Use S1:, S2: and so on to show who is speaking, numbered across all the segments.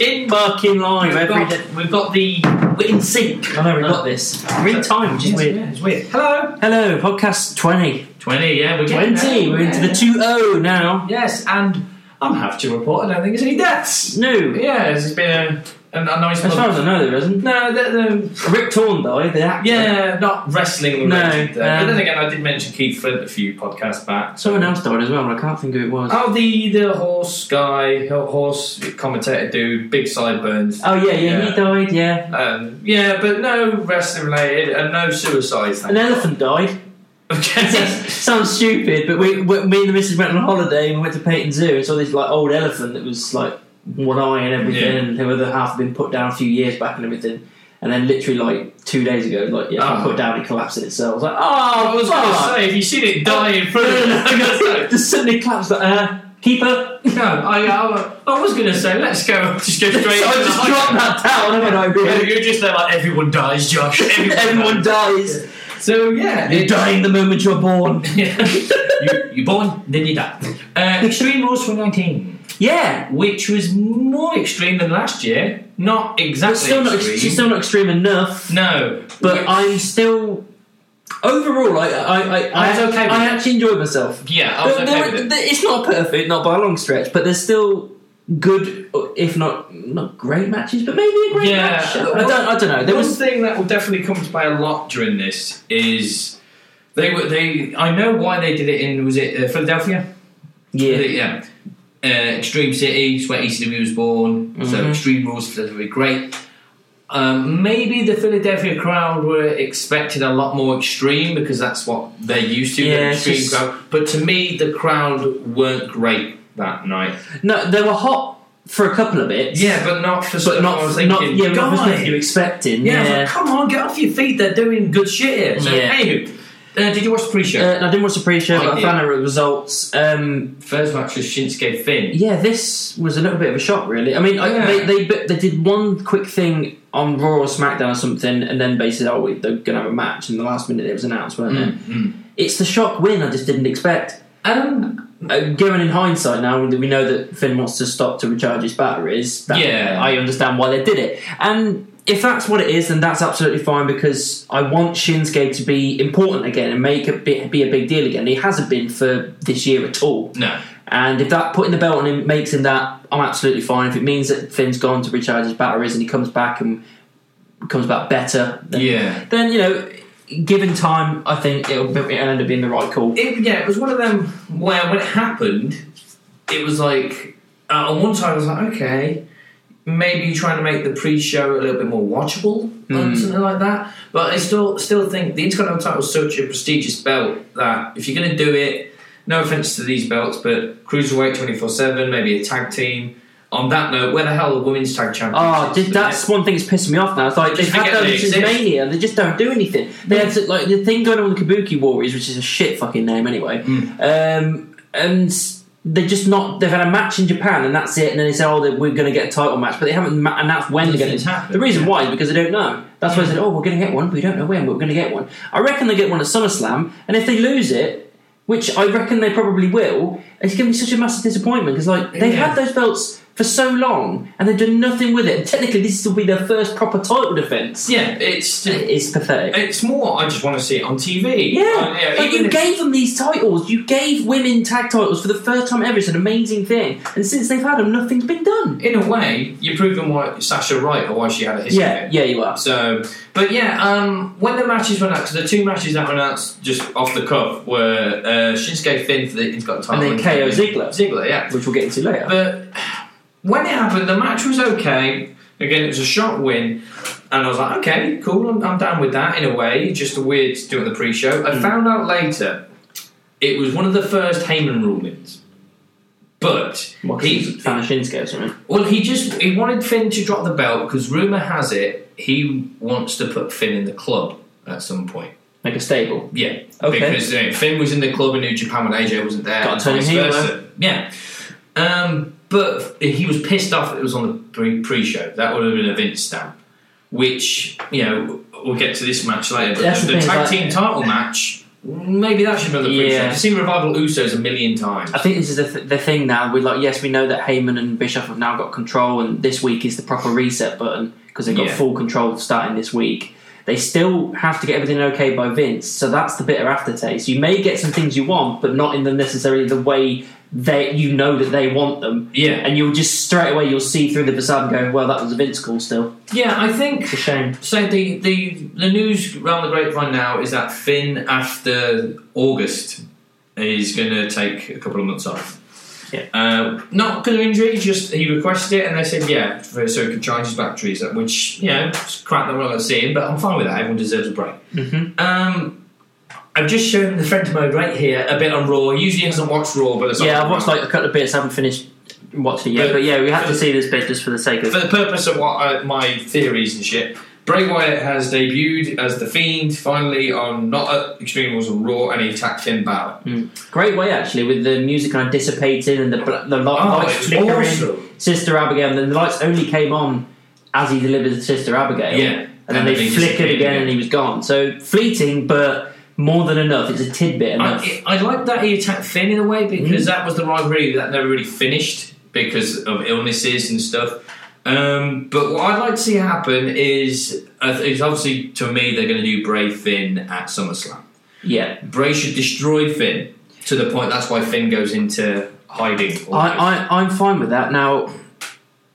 S1: in barking live
S2: We've
S1: every
S2: got,
S1: day.
S2: we've got the we're in sync.
S1: I know we've
S2: No.
S1: got this. We're in time, which is weird.
S2: Yeah, it's weird. Hello.
S1: Hello, podcast twenty.
S2: Twenty. Yeah, we're getting
S1: Twenty.
S2: there.
S1: We're into the
S2: Yeah.
S1: two O now.
S2: Yes, and I'm happy to report. I don't think there's any deaths.
S1: No,
S2: Yeah, it's been a, a, a nice.
S1: as far
S2: month.
S1: as I know, there isn't.
S2: no, the, the,
S1: Rick Torn died. The actor.
S2: yeah, not wrestling.
S1: No,
S2: related, though. but
S1: um,
S2: then again, I did mention Keith Flint a few podcasts back.
S1: Someone else died as well, but I can't think who it was.
S2: Oh, the the horse guy, horse commentator dude, big sideburns.
S1: Oh yeah, yeah, he
S2: Yeah.
S1: died. Yeah,
S2: Um, yeah, but no wrestling related and no suicides.
S1: an elephant died.
S2: Okay.
S1: Sounds stupid, but we, we, me and the missus went on holiday and we went to Peyton Zoo and saw this like old elephant that was like one eye and everything,
S2: Yeah.
S1: and the other half had been put down a few years back and everything. And then literally like two days ago, like yeah,
S2: Oh.
S1: put down, it collapsed in itself. I was like,
S2: I
S1: oh,
S2: was going to say, if you seen it die in front of
S1: fuck.
S2: you,
S1: just suddenly collapsed. Like, uh, keeper.
S2: no, I, I, I was going to say, let's go, just go
S1: so
S2: straight.
S1: I just dropped that down. I went, I
S2: Yeah,
S1: really.
S2: You're just there like everyone dies, Josh. Everyone,
S1: Everyone
S2: dies.
S1: dies.
S2: So yeah,
S1: You're
S2: it-
S1: dying the moment you're born.
S2: Yeah. you, you're born, then you die. Uh, Extreme Rules 2019,
S1: Yeah.
S2: which was more extreme than last year. Not exactly.
S1: It's still not,
S2: extreme.
S1: it's still not extreme enough.
S2: no,
S1: but I'm still overall. I I I, I,
S2: I was okay with
S1: I
S2: it.
S1: actually enjoyed myself.
S2: yeah, I was
S1: But
S2: okay
S1: there-
S2: with it.
S1: there- It's not perfect, not by a long stretch, but there's still good, if not not great matches, but maybe a great
S2: Yeah.
S1: match. I don't I don't know. There
S2: one
S1: was
S2: thing that will definitely come to play a lot during this is they were they. I know why they did it in was it uh, Philadelphia?
S1: yeah
S2: yeah. Uh, Extreme City, it's where ECW was born. So
S1: Mhm.
S2: Extreme Rules Philadelphia, great. Um, maybe the Philadelphia crowd were expecting a lot more extreme because that's what they're used to. the
S1: Yeah, it's
S2: extreme
S1: just-
S2: crowd. But to me, the crowd weren't great that night.
S1: no they were hot for a couple of bits.
S2: Yeah, but not for
S1: But
S2: stuff I
S1: not,
S2: was
S1: not,
S2: thinking.
S1: yeah, not
S2: "Guys,
S1: what you're expecting.
S2: Yeah, I was like, come on, get off your feet. They're doing good shit here. So,
S1: Yeah.
S2: anywho, uh, did you watch the pre-show?
S1: Uh, I didn't watch the pre-show,
S2: I
S1: but I
S2: did.
S1: found out the results. Um,
S2: First match was Shinsuke Finn.
S1: Yeah, this was a little bit of a shock, really. I mean, I,
S2: Yeah.
S1: they, they but they did one quick thing on Raw or SmackDown or something, and then they said, "Oh, we, they're going to have a match." And the last minute, it was announced, weren't
S2: Mm.
S1: it? It's the shock win I just didn't expect.
S2: Um,
S1: Uh, going in hindsight now that we know that Finn wants to stop to recharge his batteries, that,
S2: Yeah.
S1: I understand why they did it. And if that's what it is, then that's absolutely fine because I want Shinsuke to be important again and make a bit, be a big deal again. He hasn't been for this year at all.
S2: no.
S1: And if that putting the belt on him makes him that, I'm absolutely fine. If it means that Finn's gone to recharge his batteries and he comes back and comes back better, then,
S2: Yeah.
S1: then you know, given time, I think it'll, be- it'll end up being the right call.
S2: It, yeah, it was one of them where when it happened, it was like, uh, on one side I was like, okay, maybe you're trying to make the pre-show a little bit more watchable
S1: Hmm.
S2: or something like that. But I still still think the Intercontinental title is such a prestigious belt that if you're going to do it, no offense to these belts, but cruiserweight 24/7, maybe a tag team. On that note, where the hell are the women's tag champions?
S1: Oh, did, that's one thing that's pissing me off now. It's like
S2: Just
S1: they've had
S2: forget
S1: those
S2: they
S1: since
S2: exist.
S1: Mania, and they just don't do anything. They had to, like the thing going on with the Kabuki Warriors, which is a shit fucking name anyway. Um, and they just not. They've had a match in Japan, and that's it. And then they said, "Oh, they- we're going to get a title match," but they haven't ma- announced when they're going
S2: Nothing's
S1: to.
S2: happened.
S1: The reason why is because they don't know. That's why they said, "Oh, we're going to get one, but we don't know when. But we're going to get one." I reckon they get one at SummerSlam, and if they lose it. Which I reckon they probably will. It's going to be such a massive disappointment because, like, they've
S2: Yeah.
S1: had those belts for so long and they've done nothing with it. And technically, this will be their first proper title defense.
S2: yeah, it's
S1: It's pathetic.
S2: it's more. I just want to see it on TV.
S1: Yeah,
S2: Uh,
S1: like
S2: even
S1: you
S2: if-
S1: gave them these titles. You gave women tag titles for the first time ever. It's an amazing thing. And since they've had them, nothing's been done.
S2: in a way, you're proving why Sasha right or why she had a history.
S1: Yeah, yeah, you are.
S2: So, but yeah, um, when the matches were announced, 'cause the two matches that were announced just off the cuff were uh, Shinsuke Finn for the Intercontinental
S1: And
S2: title
S1: then KO Ziggler.
S2: Ziggler, yeah.
S1: Which we'll get into later.
S2: But when it happened, the match was okay. Again, it was a shot win, and I was like, okay, cool, I'm, I'm down with that in a way. Just a weird doing the pre-show.
S1: Hmm.
S2: I found out later it was one of the first Heyman rulings, but
S1: What, 'cause
S2: he,
S1: he's fan of Shinsuke or something.
S2: well, he just he wanted Finn to drop the belt because rumor has it he wants to put Finn in the club at some point.
S1: Like a stable.
S2: Yeah,
S1: Okay.
S2: Because uh, Finn was in the club in New Japan when AJ wasn't there.
S1: Gotta
S2: and
S1: turn him
S2: vice
S1: heel,
S2: versa. Yeah. Um, but he was pissed off that it was on the pre- pre-show. That would have been a Vince stamp. Which you know we'll get to this match later. But
S1: That's
S2: the,
S1: the thing,
S2: tag
S1: like-
S2: team title match Maybe that should be on the pre-show.
S1: Yeah.
S2: I've seen Revival Usos a million times.
S1: I think this is the, th- the thing now. We like, yes, we know that Heyman and Bischoff have now got control, and this week is the proper reset button because they've got
S2: Yeah.
S1: full control starting this week. They still have to get everything okay by Vince, so that's the bitter aftertaste. You may get some things you want, but not in the necessarily the way that you know that they want them.
S2: Yeah,
S1: And you'll just straight away you'll see through the facade and go, well, that was a Vince call. Still,
S2: yeah. I think
S1: it's a shame.
S2: So the, the the news around the grapevine now is that Finn after August is going to take a couple of months off.
S1: Yeah.
S2: Uh, not because of injury, just he requested it and they said yeah, for, so he could charge his batteries up. Which you know, it's crap that we're not going to see him, but I'm fine with that. Everyone deserves a break.
S1: Mm-hmm.
S2: Um, I've just shown the friend mode right here a bit on Raw. He usually hasn't watched Raw, but it's on-
S1: Yeah, I've watched like a couple of bits. I haven't finished watching yet,
S2: But-
S1: but, yeah, we have to
S2: but-
S1: see this bit just for the sake of.
S2: for the purpose of what I, my theories and shit, Bray Wyatt has debuted as the Fiend finally on not at Extreme Rules on Raw, and he attacked Finn Balor.
S1: Great way actually, with the music kind of dissipating and the bl- the light, lights
S2: Oh, it's
S1: flickering.
S2: awesome.
S1: Sister Abigail, and then the lights only came on as he delivered Sister Abigail.
S2: Yeah,
S1: And then they
S2: he
S1: flickered
S2: disappeared
S1: again and he was gone. So fleeting, but more than enough. It's a tidbit enough.
S2: I, I like that he attacked Finn in a way
S1: Mm-hmm.
S2: because that was the rivalry that never really finished because of illnesses and stuff. Um, but what I'd like to see happen is, uh, is obviously to me they're going to do Bray Finn at SummerSlam.
S1: yeah.
S2: Bray should destroy Finn to the point that's why Finn goes into hiding.
S1: I, I, I'm fine with that. Now,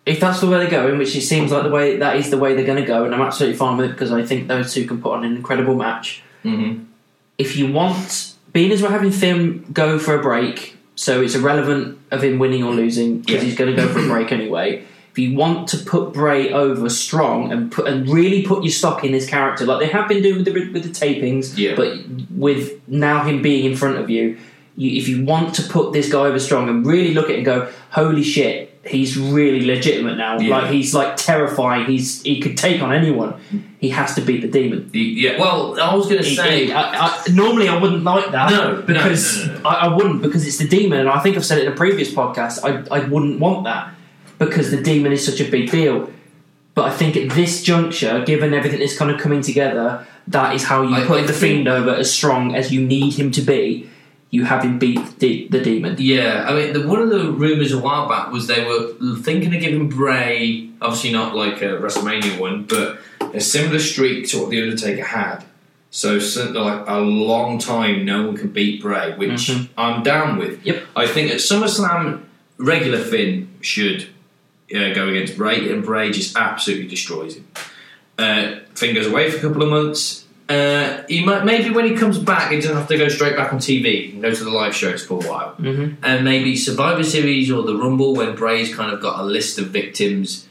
S1: if that's the way they're going, which it seems like the way that is the way they're going to go, and I'm absolutely fine with it because I think those two can put on an incredible match.
S2: hmm
S1: if you want, being as we're having Finn go for a break, so it's irrelevant of him winning or losing because
S2: Yeah.
S1: he's going to go for a break anyway. If you want to put Bray over strong and put and really put your stock in his character, like they have been doing with the with the tapings,
S2: Yeah.
S1: but with now him being in front of you, you, if you want to put this guy over strong and really look at it and go, holy shit, he's really legitimate now.
S2: Yeah.
S1: Like he's like terrifying. He's he could take on anyone. He has to beat the demon.
S2: The- Yeah, well, I was going to say.
S1: I, I, normally I wouldn't like that.
S2: No, no,
S1: because
S2: no, no,
S1: I, I wouldn't because it's the demon, and I think I've said it in a previous podcast. I, I wouldn't want that because the demon is such a big deal. But I think at this juncture, given everything that's kind of coming together, that is how you
S2: I-
S1: put
S2: I
S1: the
S2: think-
S1: fiend over as strong as you need him to be. You have him beat the, the demon.
S2: Yeah, I mean, the, one of the rumors a while back was they were thinking of giving Bray, obviously not like a WrestleMania one, but a similar streak to what the Undertaker had. So, so- like a long time, no one could beat Bray, which
S1: Mhm.
S2: I'm down with.
S1: Yep.
S2: I think at SummerSlam, regular Finn should uh, go against Bray, and Bray just absolutely destroys him. Uh, Finn goes away for a couple of months. Uh, he might maybe when he comes back, he doesn't have to go straight back on TV. He can go to the live shows for a while,
S1: Mhm.
S2: and maybe Survivor Series or the Rumble when Bray's kind of got a list of victims.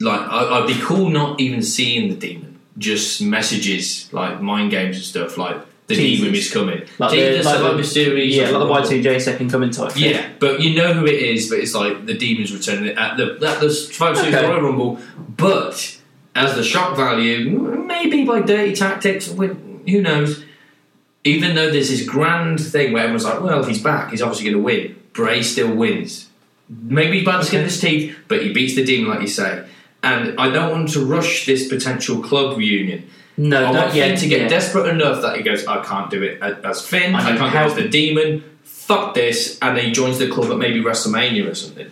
S2: Like I, I'd be cool not even seeing the demon, just messages like mind games and stuff. Like the
S1: Teasers.
S2: demon is coming.
S1: Like
S2: Either
S1: the- like the-
S2: Survivor Series,
S1: Yeah,
S2: or Rumble.
S1: like the Y2J second coming type. thing.
S2: Yeah, but you know who it is. But it's like the demons returning at the at the Survivor Series
S1: Okay.
S2: Royal Rumble. But as the shock value, maybe by dirty tactics, with- who knows? Even though there's this grand thing where everyone's like, "Well, he's back. He's obviously going to win." Bray still wins. Maybe he's by the skin of his teeth, but he beats the demon, like you say. And I don't want to rush this potential club reunion.
S1: No,
S2: I
S1: no,
S2: want
S1: yeah,
S2: Finn to get
S1: yeah.
S2: desperate enough that he goes, I can't do it uh, as Finn,
S1: I
S2: I,
S1: need
S2: can't
S1: help.
S2: do it as the demon, fuck this, and then he joins the club at maybe WrestleMania or something.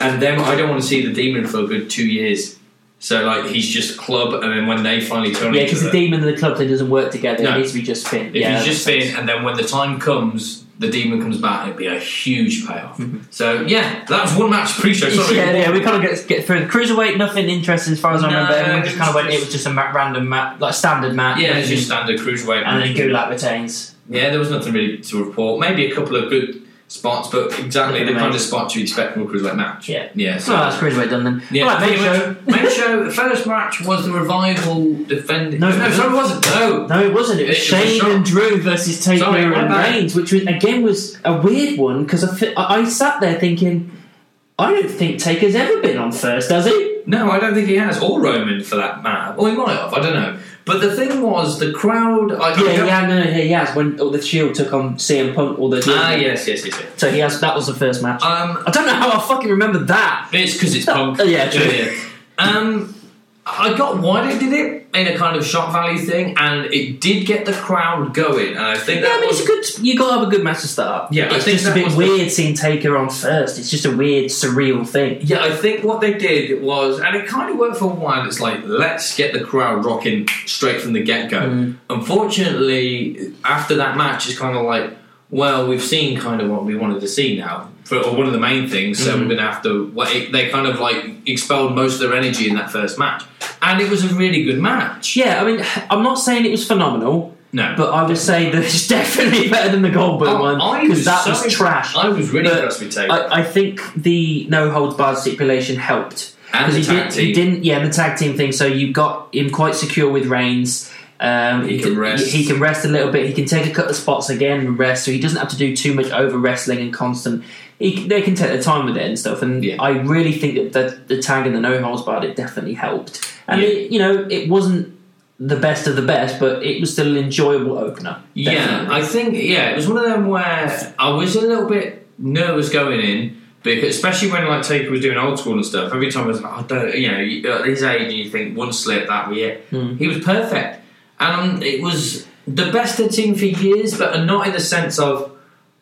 S2: And then I don't want to see the demon for a good two years. So, like, he's just club, and then when they finally turn
S1: Yeah,
S2: each
S1: because the
S2: other-
S1: demon and the club thing doesn't work together.
S2: No.
S1: It needs to be just Finn.
S2: if
S1: yeah,
S2: he's just Finn, and then when the time comes, the demon comes back, it'd be a huge payoff. so, yeah, that was one match pre show, sorry.
S1: Mm-hmm. Yeah, yeah, we kind of get get through the cruiserweight. Nothing interesting as far as I
S2: No,
S1: remember. Everyone
S2: it's
S1: just kind of went. It was just a ma- random match, like standard match.
S2: Yeah, it's your standard cruiserweight.
S1: and then
S2: match.
S1: Gulak retains.
S2: Yeah, there was nothing really to report. Maybe a couple of good spots, but exactly the
S1: Nothing
S2: kind of
S1: amazing.
S2: spots you expect from a cruiserweight match.
S1: Yeah.
S2: yeah. So
S1: So that's cruiserweight done then.
S2: yeah,
S1: All right, main
S2: pretty
S1: show.
S2: much. Main show. The first match was the revival defending.
S1: No, it
S2: no,
S1: wasn't.
S2: sorry, it wasn't. No,
S1: No, it wasn't. It was
S2: It- it was
S1: Shane
S2: Shawn.
S1: and Drew versus
S2: Sorry,
S1: Taker
S2: my
S1: and
S2: bad.
S1: Reigns, which was, again was a weird one because I, fe- I I sat there thinking, I don't think Taker's ever been on first, has he?
S2: no, I don't think he has, or Roman for that matter. Or he might have. I don't know. But the thing was, the crowd. I, I
S1: Yeah,
S2: don't-
S1: yeah, no, yeah, he has. When oh, the Shield took on CM Punk, all the
S2: Ah, yes, yes, yes. yes.
S1: So he has. That was the first match.
S2: Um,
S1: I don't know how I fucking remember that.
S2: It's because it's punk.
S1: Yeah, true.
S2: Um, I got why they did it in a kind of shock value thing, and it did get the crowd going. And I think
S1: Yeah,
S2: that
S1: I mean,
S2: was
S1: it's a good. You gotta have a good match to start.
S2: Yeah, I
S1: it's
S2: think
S1: just a
S2: that
S1: bit
S2: was the-
S1: weird seeing Taker on first. It's just a weird, surreal thing.
S2: Yeah, I think what they did was, and it kind of worked for a while. It's like let's get the crowd rocking straight from the get go. Unfortunately, after that match, it's kind of like, well, we've seen kind of what we wanted to see now, for, or one of the main things. So we're gonna have to. Well, it, they kind of like expelled most of their energy in that first match, and it was a really good match.
S1: Yeah, I mean, I'm not saying it was phenomenal,
S2: No,
S1: but I would say that it's definitely better than the Goldberg
S2: I-
S1: one
S2: I
S1: because that
S2: so
S1: Oh, was
S2: impressed-
S1: trash.
S2: I was really
S1: But
S2: impressed with Taker.
S1: I, I think the no holds barred stipulation helped.
S2: And
S1: 'Cause
S2: the
S1: he,
S2: tag
S1: did,
S2: team.
S1: he didn't, yeah, the tag team thing. So you got him quite secure with Reigns. Um,
S2: He can
S1: d-
S2: rest.
S1: He can rest a little bit. He can take a couple of spots again and rest, so he doesn't have to do too much over wrestling and constant. He, c- they can take their time with it and stuff. And
S2: Yeah.
S1: I really think that the, the tag and the no holds barred it definitely helped. And
S2: Yeah.
S1: it, you know, it wasn't the best of the best, but it was still an enjoyable opener.
S2: Yeah,
S1: definitely.
S2: I think yeah, it was one of them where I was a little bit nervous going in because especially when like Taker was doing old school and stuff. Every time I was like, I don't, you know, you- at his age, you think one slip that be it. He was perfect, and it was the best they'd seen for years, but not in the sense of.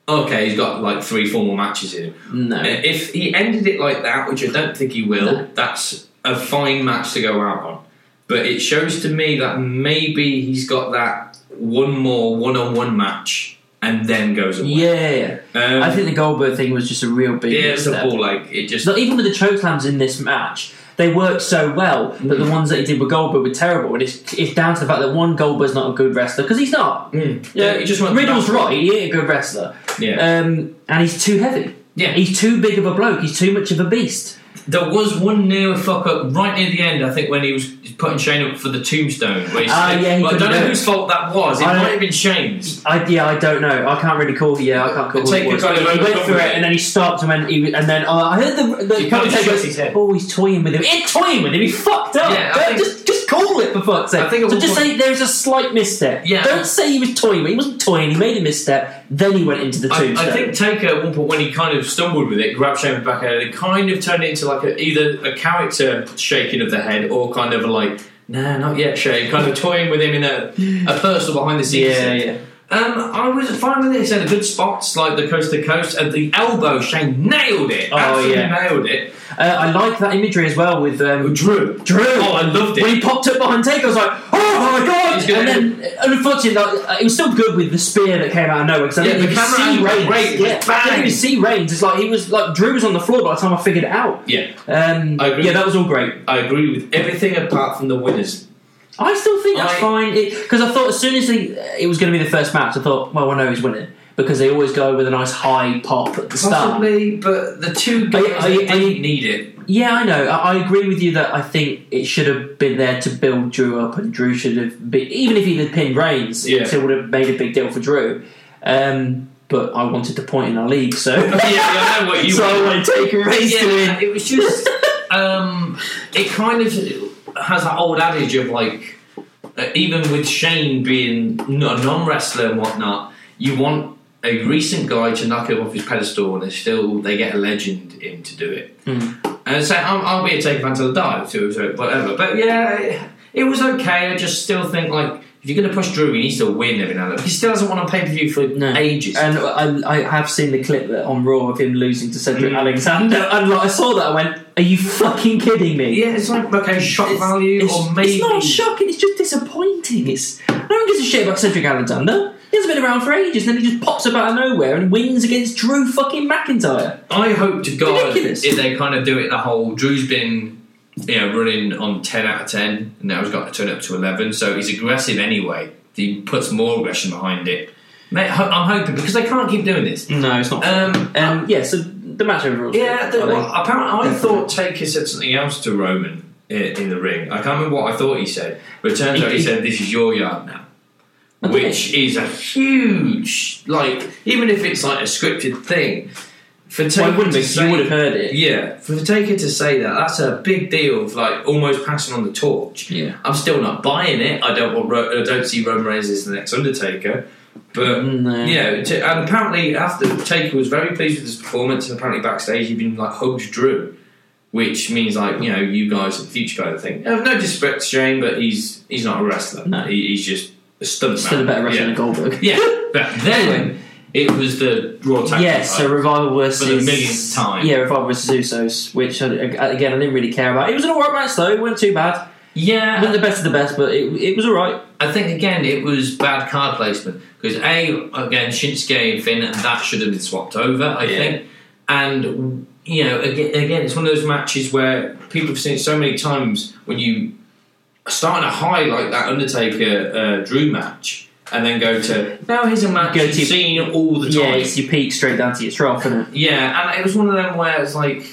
S2: Okay, he's got like three formal matches in him.
S1: No.
S2: Uh, If he ended it like that, which I don't think he will,
S1: No.
S2: that's a fine match to go out on. But it shows to me that maybe he's got that one more one on one match and then goes away.
S1: yeah.
S2: Um,
S1: I think the Goldberg thing was just a real big
S2: yeah, it's a
S1: misstep.
S2: ball like it just
S1: Like, even with the chokeslams in this match, they worked so well, but
S2: Mm.
S1: the ones that he did with Goldberg were terrible. And it's, it's down to the fact that one Goldberg's not a good wrestler because he's not.
S2: Mm.
S1: Yeah,
S2: Yeah, he just went-
S1: Riddle's right. He ain't a good wrestler.
S2: yeah.
S1: Um, and he's too heavy.
S2: Yeah.
S1: he's too big of a bloke. He's too much of a beast.
S2: there was one near fuck up right near the end. I think when he was putting Shane up for the tombstone. Where he
S1: Ah,
S2: said-
S1: yeah, he
S2: but I don't
S1: couldn't
S2: know
S1: do it.
S2: whose fault that was. It
S1: I don't-
S2: might have been Shane's.
S1: I, yeah, I don't know. I can't really call. Yeah, I can't call.
S2: The
S1: who it
S2: Taker
S1: was.
S2: kind of
S1: he went
S2: overcome
S1: through
S2: with
S1: it,
S2: it.
S1: and then he stopped him, and, he, and then oh, I heard the, the
S2: He kind of
S1: commentator
S2: shook
S1: goes,
S2: his head.
S1: "Oh, he's toying with him. It's toying with him. He fucked up.
S2: Yeah, I
S1: Don't-
S2: think-
S1: just just call it for fuck's sake.
S2: I think at
S1: so
S2: one
S1: just
S2: point-
S1: say there's a slight misstep.
S2: Yeah.
S1: Don't say he was toying. with He wasn't toying. He made a misstep. Then he went into the
S2: I,
S1: tombstone.
S2: I think Taker at one point when he kind of stumbled with it, grabbed Shane's back head, and it kind of turned it into like a, either a character shaking of the head or kind of like, nah, not yet, Shane, kind of toying with him in a, a personal behind the scenes.
S1: Yeah,
S2: thing.
S1: yeah.
S2: Um, I was fine with it. It's had good spots like the coast to coast and the elbow. Shane nailed it.
S1: Oh,
S2: absolutely
S1: yeah.
S2: nailed it.
S1: Uh, I like that imagery as well with um,
S2: Drew,
S1: Drew.
S2: Oh, I loved
S1: When
S2: it.
S1: he popped up behind Taker, I was like, oh my god!
S2: He's gonna-
S1: and then, and unfortunately, like, uh, it was still good with the spear that came out of nowhere. Because I
S2: Yeah,
S1: didn't
S2: the
S1: even
S2: camera
S1: see
S2: angle was
S1: Reigns.
S2: great, it was
S1: Yeah, I didn't
S2: bang.
S1: even see Reigns. It's like he was like Drew was on the floor by the time I figured it out.
S2: Yeah,
S1: Um,
S2: I agree.
S1: yeah, that was all great.
S2: I agree with everything apart from the winners.
S1: I still think that's
S2: I-
S1: fine because I thought as soon as he, it was going to be the first match, I thought, well, I know he's winning because they always go with a nice high pop at the start.
S2: Possibly, but the two
S1: Are
S2: guys
S1: you- are you-
S2: that
S1: are you-
S2: didn't need it
S1: Yeah, I know. I, I agree with you that I think it should have been there to build Drew up, and Drew should have been, even if he'd have pinned Reigns,
S2: Yeah.
S1: it still would have made a big deal for Drew. Um, but I wanted the point in our league, so
S2: yeah, I know what you
S1: so
S2: mean.
S1: I want to take Reigns to
S2: yeah,
S1: win.
S2: it was just um, it kind of has that old adage of like uh, even with Shane being n- a non-wrestler and whatnot, you want a recent guy to knock him off his pedestal, and they still they get a legend in to do it.
S1: Hmm.
S2: And so I'm, I'll be a take fan till I die, so so whatever. But yeah, it- it was okay. I just still think like. If you're going to push Drew, he needs to win every now and then. He still hasn't won a pay per view for
S1: No.
S2: ages.
S1: And I, I have seen the clip that on Raw of him losing to Cedric
S2: Mm.
S1: Alexander, and like, I saw that. I went, "Are you fucking kidding me?"
S2: yeah, it's like okay, shock
S1: It's-
S2: value
S1: it's,
S2: or maybe
S1: it's not shocking. It's just disappointing. It's no one gives a shit about Cedric Alexander. He hasn't been around for ages, and then he just pops up out of nowhere and wins against Drew fucking McIntyre.
S2: I hope to God
S1: Ridiculous.
S2: if they kind of do it the whole Drew's been you know running on ten out of ten and now he's got to turn it up to eleven, so he's aggressive anyway. He puts more aggression behind it. Mate, ho- I'm hoping because they can't keep doing this.
S1: No, it's not.
S2: Um,
S1: Um, yeah, so the match overall.
S2: yeah, the,
S1: I
S2: well,
S1: think.
S2: apparently I thought Taker said something else to Roman in, in the ring. I can't remember what I thought he said, but it turns out he said, "This is your yard now."
S1: Okay.
S2: Which is a huge, like, even if it's like a scripted thing, for Taker
S1: Why wouldn't
S2: to
S1: it?
S2: say-
S1: You would have heard it.
S2: Yeah, for Taker to say that, that's a big deal of like almost passing on the torch.
S1: Yeah.
S2: I'm still not buying it. I don't want. Ro- I don't see Roman Reigns as the next Undertaker. But
S1: No.
S2: yeah, t- and apparently after Taker was very pleased with his performance, and apparently backstage he even like hugged Drew. which means like you know you guys in the future kind of thing. Uh, No disrespect to Shane, but he's he's not a wrestler.
S1: No.
S2: He, he's just a stuntman.
S1: Still a better wrestler
S2: yeah.
S1: than Goldberg.
S2: Yeah, but then it was the Raw Tag
S1: Yeah,
S2: Team
S1: so
S2: title.
S1: Revival versus
S2: For the millionth time.
S1: Yeah, Revival versus Usos, which I, again I didn't really care about. It was an alright match though; it wasn't too bad. It
S2: yeah.
S1: wasn't the best of the best, but it, it was alright.
S2: I think again it was bad card placement because a again Shinsuke and Finn and that should have been swapped over. I
S1: Yeah.
S2: think, and you know again, again it's one of those matches where people have seen it so many times when you start on a high like that Undertaker uh, Drew match and then go to now here's a match
S1: Go
S2: you've
S1: to-
S2: seen all the
S1: Yeah,
S2: time.
S1: it's your peak straight down to your trough, isn't it?
S2: Yeah, and it was one of them where it's like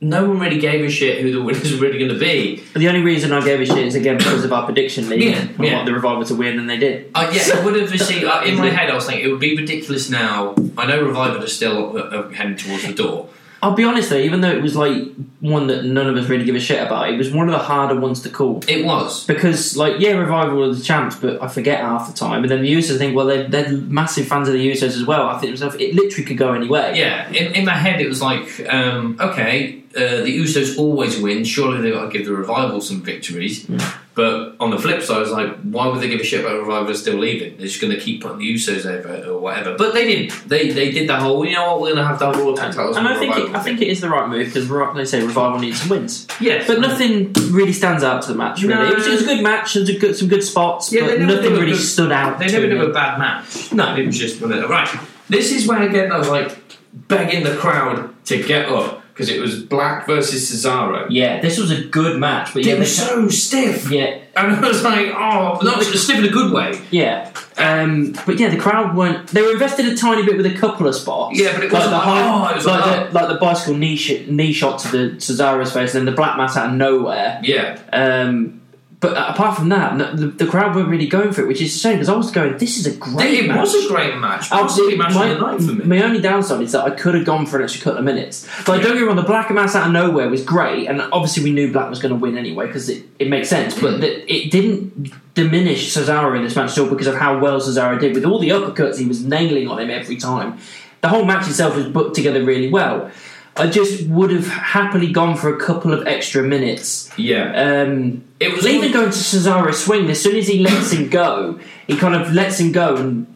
S2: no one really gave a shit who the winners were really going to be.
S1: But the only reason I gave a shit is again because of our prediction league.
S2: Yeah,
S1: I
S2: yeah.
S1: want the Revival to win, and they did.
S2: Uh, yeah, I would have received. Uh, in my head, I was thinking it would be ridiculous now. I know Revival is still uh, uh, heading towards the door.
S1: I'll be honest though, even though it was like one that none of us really give a shit about, it was one of the harder ones to call.
S2: It was.
S1: Because, like, yeah, Revival are the champs, but I forget half the time. And then the Usos think, well, they're, they're massive fans of the Usos as well. I think to myself, it literally could go any way.
S2: Yeah, in, in my head, it was like, um, okay, uh, the Usos always win. Surely they've got to give the Revival some victories. But on the flip side, I was like, why would they give a shit about Revival still leaving? They're just going to keep putting the Usos over or whatever. But they didn't. They they did the whole, you know what, we're going to have double Raw tag titles.
S1: And
S2: with
S1: I think it,
S2: Revival
S1: I think it is the right move because, like I say, Revival needs some wins.
S2: thing." Yes.
S1: But nothing really stands out to the match, really.
S2: No.
S1: It, was, it was a good match, there was a good, some good spots,
S2: Yeah, they
S1: but
S2: never
S1: nothing
S2: do a
S1: really
S2: good-
S1: stood out.
S2: They
S1: to
S2: never
S1: me.
S2: do a bad match. No, it was just one of the, right. This is when again I was like begging the crowd to get up because it was Black versus Cesaro.
S1: Yeah, this was a good match, but yeah,
S2: It was
S1: they-
S2: so stiff,
S1: yeah,
S2: and I was like, oh, not stiff in a good way.
S1: yeah. Um, but yeah, the crowd weren't. They were invested a tiny bit with a couple of spots.
S2: Yeah, but it
S1: like
S2: wasn't
S1: the
S2: like,
S1: high,
S2: oh, it was
S1: like,
S2: like,
S1: the, like the bicycle knee, sh- knee shot to the Cesaro's face, and then the black mass out of nowhere.
S2: oh. yeah,
S1: Um, but apart from that, no, the, the crowd weren't really going for it, which is a shame because I was going, "This is a great
S2: it
S1: match."
S2: was a great match.
S1: Uh,
S2: Possibly match
S1: my,
S2: of the night for me.
S1: my only downside is that I could have gone for an extra couple of minutes. But
S2: Yeah.
S1: don't get me wrong, the black mass out of nowhere was great, and obviously we knew black was going to win anyway because it, it makes sense.
S2: Mm.
S1: But the, it didn't diminish Cesaro in this match at all because of how well Cesaro did with all the uppercuts he was nailing on him every time. The whole match itself was put together really well. I just would have happily gone for a couple of extra minutes.
S2: yeah,
S1: Um,
S2: it was
S1: was even going to Cesaro's swing. As soon as he lets him go, he kind of lets him go, and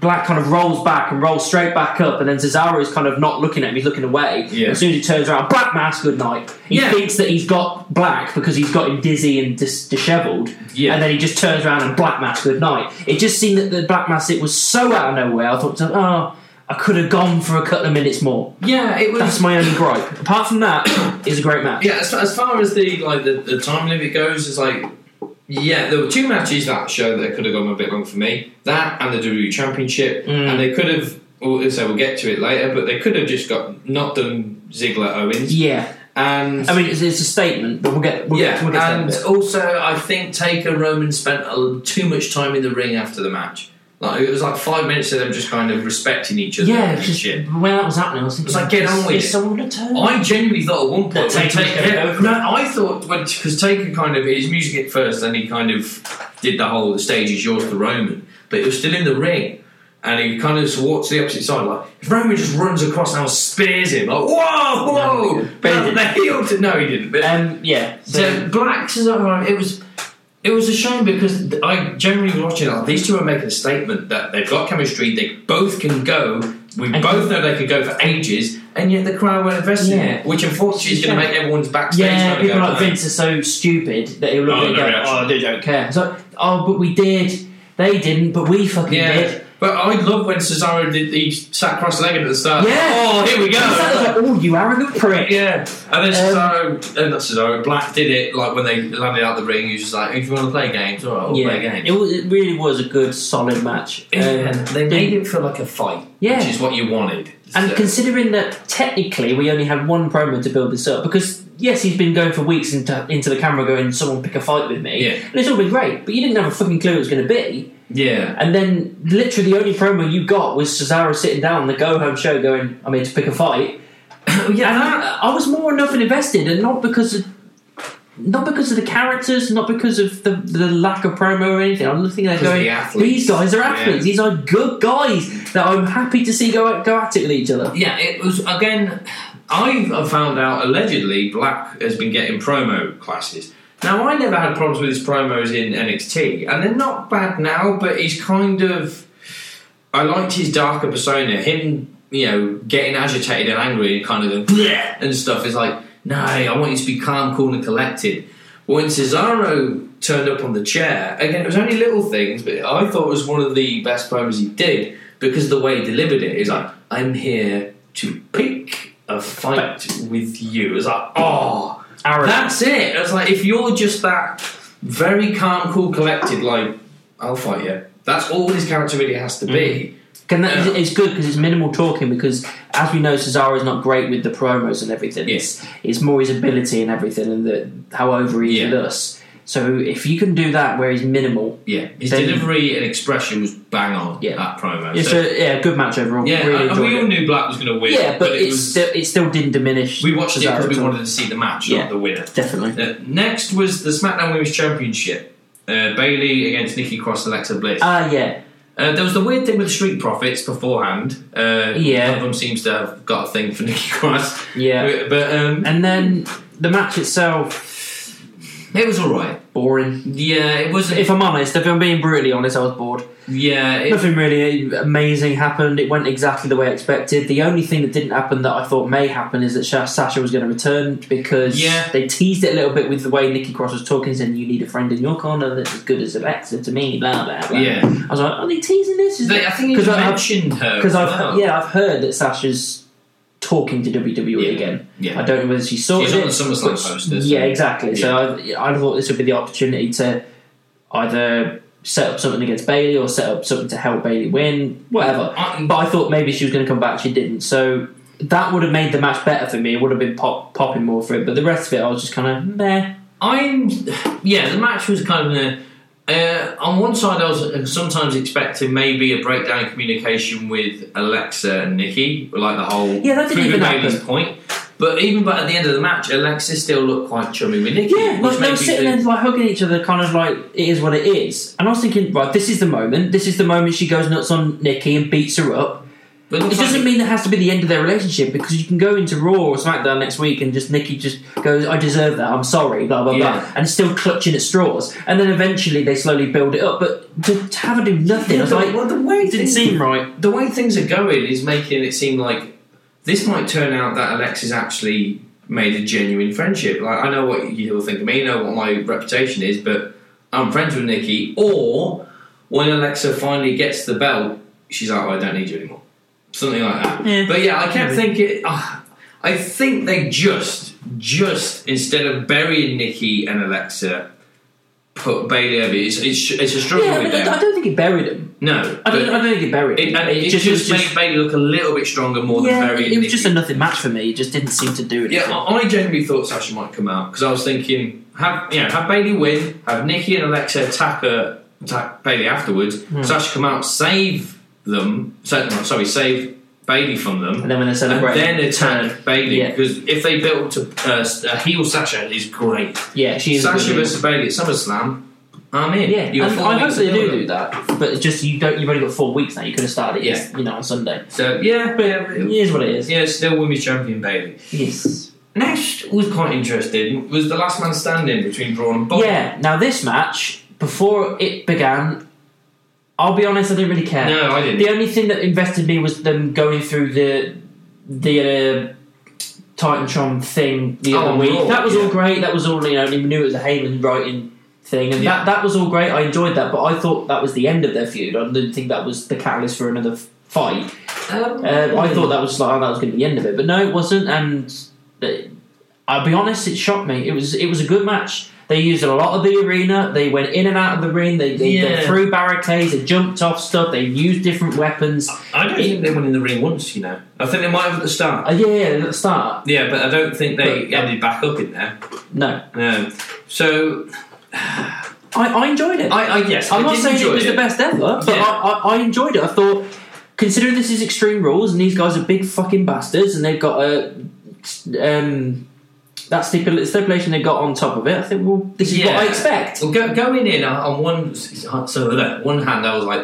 S1: Black kind of rolls back and rolls straight back up. And then Cesaro is kind of not looking at him; he's looking away.
S2: Yeah.
S1: As soon as he turns around, Black Mask, good night. He
S2: Yeah.
S1: thinks that he's got Black because he's got him dizzy and dis- dishevelled.
S2: Yeah.
S1: And then he just turns around and Black Mask, good night. It just seemed that the Black Mask it was so out of nowhere. I thought, oh, I could have gone for a couple of minutes more.
S2: yeah, it was.
S1: That's my only gripe. Apart from that, it's a great match.
S2: yeah, as, as far as the like the, the time limit goes, it's like yeah, there were two matches that show that could have gone a bit long for me. That and the WWE Championship,
S1: Mm.
S2: and they could have. Well, so we'll get to it later, but they could have just got not done Ziggler Owens
S1: Yeah.
S2: and.
S1: I mean, it's, it's a statement, but we'll get we'll
S2: yeah,
S1: get, we'll get to that in a
S2: and
S1: bit.
S2: also I think Taker Roman spent a, too much time in the ring after the match. Like it was like five minutes of them just kind of respecting each other
S1: Yeah,
S2: and
S1: just
S2: shit.
S1: when that was happening, I was thinking,
S2: It's like, get on
S1: is,
S2: with
S1: is
S2: it.
S1: someone going to turn?
S2: I genuinely thought at one point
S1: That
S2: when
S1: Taker was
S2: Taker,
S1: gonna go for
S2: no, I thought because Taker kind of his music hit first, then he kind of did the whole "the stage is yours" for Roman, but it was still in the ring, and he kind of just walked to the opposite side. Like if Roman just runs across now, and spears him, like whoa, whoa,
S1: No, but he
S2: no, they healed it. No, he didn't. But
S1: um, yeah, so,
S2: so Black Cesaro, it was it was a shame because th- I generally was watching it. like, These two are making a statement that they've got chemistry. They both can go. We
S1: And-
S2: both know they can go for ages, and yet the crowd weren't invested in
S1: Yeah.
S2: it, which unfortunately is going to
S1: Yeah.
S2: make everyone's backstage.
S1: yeah,
S2: wanna
S1: people
S2: go,
S1: like
S2: "Oh,
S1: Vince are so stupid that he'll look
S2: Oh,
S1: at it and
S2: no
S1: go,
S2: reaction.
S1: "Oh, they don't care." It's like, oh, but we did. They didn't, but we fucking
S2: Yeah,
S1: did.
S2: but I love when Cesaro did he sat cross-legged at the start.
S1: Yeah.
S2: Oh, here we go.
S1: It's like, it's like, oh, you arrogant prick.
S2: Yeah, and then
S1: Um,
S2: Cesaro, uh, not Cesaro, Black did it like when they landed out of the ring. He was just like, "If you want to play games, all right, we'll play games."
S1: it, was, it really was a good, solid match.
S2: Um,
S1: Um,
S2: they made it feel like a fight,
S1: Yeah.
S2: which is what you wanted.
S1: And
S2: So-
S1: considering that technically we only had one promo to build this up, because yes, he's been going for weeks into, into the camera going, someone pick a fight with me.
S2: Yeah.
S1: And it's all been great, but you didn't have a fucking clue it was going to be.
S2: yeah,
S1: And then literally the only promo you got was Cesaro sitting down on the go home show going, I'm here to pick a fight.
S2: yeah,
S1: And I, I was more than enough invested, and not because of. Not because of the characters, not because of the, the lack of promo or anything. I'm looking at it
S2: Because of
S1: going,
S2: the athletes.
S1: these guys are athletes. These are good guys that I'm happy to see go go at it with each other.
S2: yeah. It was again. I've found out allegedly Black has been getting promo classes. Now, I never had problems with his promos in NXT, and they're not bad now, but he's kind of. I liked his darker persona. Him, you know, getting agitated and angry and kind of going, "Bleh," and stuff is like, no, I want you to be calm, cool, and collected. When Cesaro turned up on the chair, again, it was only little things, but I thought it was one of the best promos he did because the way he delivered it is like, I'm here to pick a fight with you. It's like, oh,
S3: Arrogant.
S2: that's it. It's like, if you're just that very calm, cool, collected, like, I'll fight you. That's all his character really has to be.
S1: Can that,
S2: Yeah.
S1: It's good because it's minimal talking. Because as we know, Cesaro's not great with the promos and everything.
S2: Yes.
S1: It's, it's more his ability and everything, and the, how over he is
S2: Yeah.
S1: with us. So if you can do that where he's minimal,
S2: Yeah, his
S1: Then-
S2: delivery and expression was bang on
S1: Yeah.
S2: that promo.
S1: yeah,
S2: So-
S1: so, yeah, good match overall.
S2: Yeah,
S1: really
S2: and
S1: enjoyed
S2: we
S1: it.
S2: all knew Black was going to win.
S1: yeah, but,
S2: it
S1: it's
S2: was,
S1: still, it still didn't diminish.
S2: we watched it
S1: Cesaro
S2: because we
S1: at all.
S2: wanted to see the match,
S1: Yeah.
S2: not the winner.
S1: definitely.
S2: Uh, next was the SmackDown Women's Championship. Uh, Bailey against Nikki Cross, Alexa Bliss.
S1: Ah, yeah,
S2: Uh, there was the weird thing with Street Profits beforehand. Uh,
S1: Yeah.
S2: one of them seems to have got a thing for Nikki Cross.
S1: yeah.
S2: Uh, but um,
S1: And then the match itself,
S2: it was all right.
S1: boring.
S2: Yeah, it wasn't.
S1: If I'm honest, if I'm being brutally honest, I was bored.
S2: yeah, it,
S1: Nothing really amazing happened. It went exactly the way I expected. The only thing that didn't happen that I thought may happen is that Sha- Sasha was going to return because
S2: Yeah.
S1: they teased it a little bit with the way Nikki Cross was talking, saying you need a friend in your corner that's as good as Alexa to me, blah blah. blah.
S2: Yeah.
S1: I was like, are they teasing this? Is
S2: they, I think you
S1: because I- I-
S2: mentioned her.
S1: because
S2: as
S1: I've
S2: well.
S1: yeah I've heard that Sasha's talking to WWE
S2: Yeah.
S1: again.
S2: Yeah.
S1: I don't know whether she saw
S2: She's
S1: it.
S2: on the SummerSlam
S1: which-
S2: poster, so-
S1: Yeah, exactly. So I, I thought this would be the opportunity to either set up something against Bailey or set up something to help Bailey win, whatever.
S2: I-
S1: but I thought maybe she was going to come back. She didn't. So. That would have made the match better for me. It would have been pop, popping more for it, but the rest of it, I was just kind of meh.
S2: I'm yeah. The match was kind of a, uh, on one side. I was sometimes expecting maybe a breakdown in communication with Alexa and Nikki, like the whole
S1: Yeah, that
S2: Proving
S1: didn't even
S2: Bailey's
S1: happen.
S2: point. But even but at the end of the match, Alexa still looked quite chummy with Nikki.
S1: Yeah,
S2: which
S1: like they
S2: made
S1: were
S2: me
S1: sitting
S2: think-
S1: there like hugging each other, kind of like it is what it is. And I was thinking, right, this is the moment. This is the moment she goes nuts on Nikki and beats her up.
S2: But
S1: It
S2: it's like-
S1: doesn't mean that has to be the end of their relationship because you can go into Raw or SmackDown next week and just Nikki just goes, I deserve that, I'm sorry, blah, blah,
S2: Yeah.
S1: blah, and still clutching at straws. And then eventually they slowly build it up, but to, to have her do nothing, I was
S2: Yeah,
S1: like,
S2: well, the way
S1: it didn't
S2: things-
S1: seem right.
S2: the way things are going is making it seem like this might turn out that Alexa's actually made a genuine friendship. Like I know what you'll think of me, you know what my reputation is, but I'm friends with Nikki. Or when Alexa finally gets the belt, she's like, oh, I don't need you anymore. Something like that.
S1: Yeah.
S2: But yeah, I kept
S1: Maybe.
S2: thinking. ah, I think they just, just instead of burying Nikki and Alexa, put Bailey over. It's, it's, it's a struggle
S1: Yeah,
S2: with
S1: but I
S2: them.
S1: I don't think it buried him.
S2: no,
S1: I
S2: but-
S1: don't, I don't think it buried
S2: it,
S1: him.
S2: and it, just, made Bailey look a little bit stronger more than
S1: yeah,
S2: very.
S1: it, was just a nothing match for me. It just didn't seem to do anything.
S2: yeah. I, I genuinely thought Sasha might come out because I was thinking have you know have Bailey win, have Nikki and Alexa attack her, attack Bailey afterwards.
S1: Hmm.
S2: Sasha come out, save them. sa- no, Sorry, save Bailey from them.
S1: And then when they
S2: and
S1: celebrate,
S2: then attack Bailey
S1: Yeah.
S2: because if they build to uh, s- a heel Sasha is great.
S1: yeah, she is.
S2: Sasha
S1: really-
S2: versus Bailey at SummerSlam, I'm in.
S1: Yeah,
S2: You're
S1: and
S2: four
S1: I hope
S2: weeks
S1: they
S2: to
S1: do
S2: build it.
S1: do that. But just you don't. You've only got four weeks now. You could have started it,
S2: Yeah.
S1: yes, you know, on Sunday.
S2: So yeah, but
S1: It is what it is.
S2: yeah, still women's champion Bailey.
S1: Yes.
S2: Next was quite interesting. Was the last man standing between Braun and Bobby?
S1: Yeah. Now this match, before it began, I'll be honest, I didn't really care.
S2: No, I didn't.
S1: The only thing that invested me was them going through the the uh, Titantron thing the
S2: Oh,
S1: other week.
S2: Raw,
S1: that was all
S2: yeah.
S1: great. That was all you know. We knew it was a Heyman writing thing, and
S2: Yeah.
S1: that that was all great. I enjoyed that, but I thought that was the end of their feud. I didn't think that was the catalyst for another f- fight.
S2: Um,
S1: Uh, I thought that was like oh, that was going to be the end of it, but no, it wasn't. And uh, I'll be honest, it shocked me. It was it was a good match. They used a lot of the arena. They went in and out of the ring. They, they,
S2: Yeah.
S1: they threw barricades. They jumped off stuff. They used different weapons. Uh,
S2: I don't think they went in the ring once. You know, I think they might have at the start.
S1: Uh, yeah, yeah, at the start,
S2: Yeah, but I don't think they
S1: But-
S2: ended back up in there.
S1: no,
S2: No. So
S1: I, I enjoyed it.
S2: I, I yes,
S1: I'm
S2: I
S1: not
S2: did
S1: saying it
S2: enjoy
S1: was the best ever, but
S2: Yeah.
S1: I, I, I enjoyed it. I thought, considering this is Extreme Rules and these guys are big fucking bastards and they've got a um, that stipula- stipulation they got on top of it, I think well, this is what I
S2: Yeah.
S1: expect.
S2: Well, go, going in on on one so that one hand, I was like,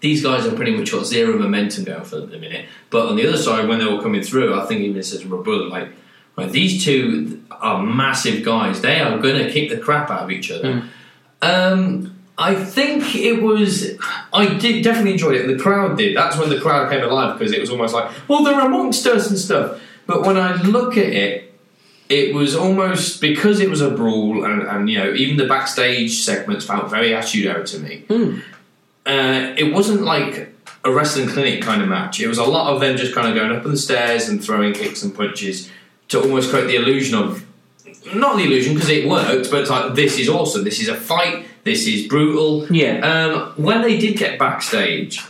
S2: these guys are pretty much got zero momentum going for them at the minute. But on the other side, when they were coming through, I think even says to my brother, like, right, these two are massive guys. They are going to kick the crap out of each other. Um, I think it was. I did definitely enjoy it. The crowd did. That's when the crowd came alive because it was almost like, well, they're amongst us and stuff. But when I look at it, it was almost because it was a brawl, and, and you know, even the backstage segments felt very attitude era to me.
S1: Hmm.
S2: Uh, it wasn't like a wrestling clinic kind of match. It was a lot of them just kind of going up on the stairs and throwing kicks and punches to almost create the illusion of not the illusion because it worked, but it's like this is awesome. This is a fight. This is brutal.
S1: Yeah.
S2: Um, when they did get backstage,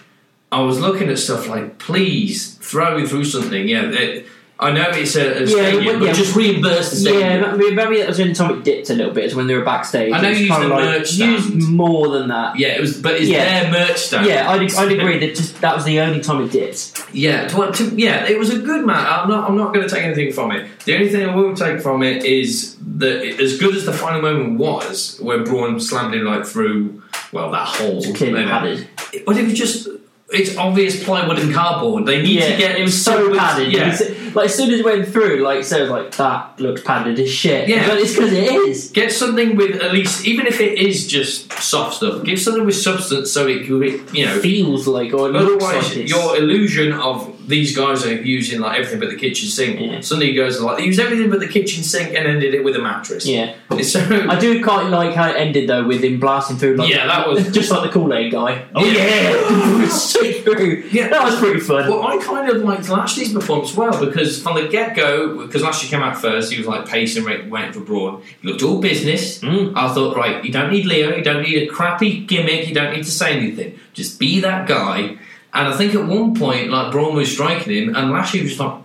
S2: I was looking at stuff like, please throw me through something. Yeah. It, I know it's a, a stadium,
S1: well,
S2: but
S1: yeah.
S2: just reimburse the stadium.
S1: Yeah, maybe, maybe that was the only time it dipped a little bit. Is when they were backstage.
S2: I know
S1: It's
S2: you used
S1: kinda
S2: the
S1: like,
S2: merch
S1: used
S2: stand.
S1: more than that.
S2: Yeah, it was, but it's
S1: Yeah.
S2: their merch stand.
S1: Yeah, I'd, I'd agree that just that was the only time it dipped.
S2: Yeah, to, to, yeah, it was a good match. I'm not, I'm not going to take anything from it. The only thing I will take from it is that it- as good as the final moment was, where Braun slammed him like through, well, that hole.
S1: Clearly
S2: you know,
S1: padded.
S2: But it was just, it's obvious plywood and cardboard. They need to get
S1: it was so
S2: much-
S1: padded. You
S2: Yeah,
S1: could see- like as soon as it went through, like so, it was like that looks padded as shit.
S2: Yeah.
S1: but it's because it is.
S2: Get something with at least, even if it is just soft stuff, give something with substance so it could, you know,
S1: feels like or it looks
S2: Otherwise,
S1: like it's
S2: your illusion of these guys are using like everything but the kitchen sink.
S1: Yeah.
S2: Suddenly, goes like they used everything but the kitchen sink and ended it with a mattress.
S1: yeah.
S2: So,
S1: I do quite like how it ended though, with him blasting through. Like,
S2: Yeah, that was-
S1: just like the Kool Aid guy. Oh
S2: Yeah.
S1: yeah, straight through.
S2: Yeah.
S1: that was pretty fun.
S2: well, I kind of liked Lashley's performance as well because from the get go, because Lashley came out first, he was like pacing, right, waiting for Braun. He looked all business.
S1: Mm.
S2: I thought, right, you don't need Leo, you don't need a crappy gimmick, you don't need to say anything. Just be that guy. And I think at one point, like Braun was striking him, and Lashley was just like,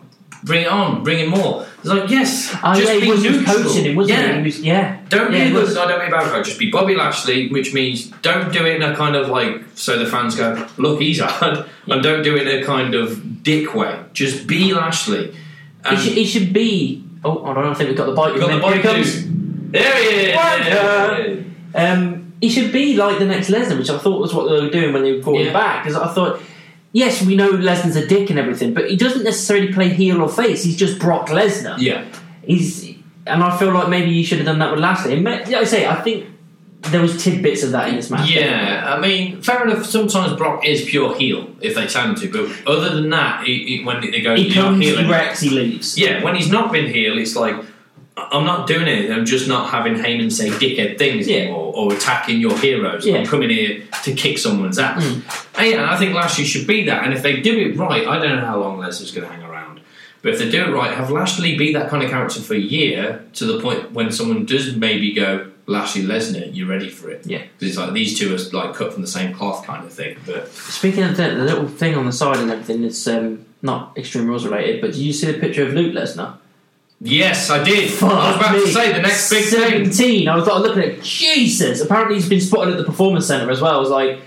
S2: "Bring it on, bring in more." It's like, yes,
S1: Ah,
S2: just
S1: yeah,
S2: be
S1: he was just
S2: neutral.
S1: coaching him, wasn't
S2: yeah,
S1: he? he was, yeah,
S2: Don't
S1: Yeah,
S2: be
S1: it
S2: a good
S1: was.
S2: guy, don't be a bad guy. Just be Bobby Lashley, which means don't do it in a kind of like so the fans go, look, he's hard, and don't do it in a kind of dick way. Just be Lashley.
S1: It
S2: And
S1: should, it should be. Oh, I don't think we've got the bike.
S2: got the
S1: Here
S2: body
S1: it comes.
S2: dude. There he is.
S1: Wonder. Um, he should be like the next Lesnar, which I thought was what they were doing when they brought
S2: Yeah.
S1: him back. Because I thought, yes, we know Lesnar's a dick and everything, but he doesn't necessarily play heel or face. He's just Brock Lesnar.
S2: Yeah.
S1: He's and I feel like maybe you should have done that with Lashley. And ma- Like I say, I think there was tidbits of that in this match.
S2: Yeah, I mean, fair enough. Sometimes Brock is pure heel if they tend to, but other than that, he, he, when it goes
S1: He
S2: heel,
S1: comes,
S2: heel,
S1: he
S2: and-
S1: wrecks, he leaves.
S2: yeah, when he's not been heel, it's like I- I'm not doing anything. I'm just not having Heyman say dickhead things
S1: Yeah.
S2: anymore or attacking your heroes.
S1: Yeah. Hmm.
S2: I'm coming here to kick someone's ass. And yeah, and I think Lashley should be that. And if they do it right, I don't know how long Lesnar's going to hang around. But if they do it right, have Lashley be that kind of character for a year to the point when someone does maybe go Lashley Lesnar, you're ready for it.
S1: Yeah.
S2: because it's like these two are like cut from the same cloth kind of thing. But
S1: Speaking of that, the little thing on the side and everything, it's um, not Extreme Rules related, but did you see the picture of Luke Lesnar?
S2: yes, I did. I was about to
S1: me.
S2: say the next big thing.
S1: 17. I was like looking at Jesus. Apparently, he's been spotted at the performance center as well. I was like,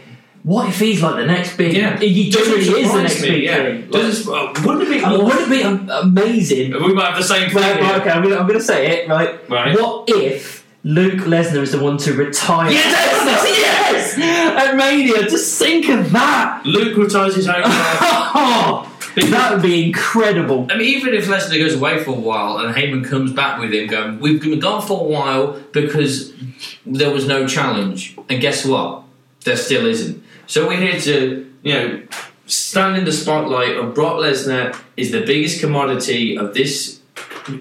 S1: what if he's like the next big?
S2: Yeah,
S1: he generally is the
S2: surprise
S1: next
S2: me,
S1: big
S2: yeah.
S1: thing. Like,
S2: Doesn't- uh, wouldn't it be?
S1: I mean, wouldn't it be am- amazing?
S2: we might have the same thing.
S1: Well,
S2: here.
S1: okay, I'm gonna, I'm gonna say it right.
S2: Right.
S1: What if? Luke Lesnar is the one to retire.
S2: Yes!
S1: yes, yes! At Mania, just think of that.
S2: Luke retires his own.
S1: that would be incredible.
S2: I mean, even if Lesnar goes away for a while and Heyman comes back with him, going, "We've been gone for a while because there was no challenge," and guess what? There still isn't. So we're here to, you know, stand in the spotlight of Brock Lesnar is the biggest commodity of this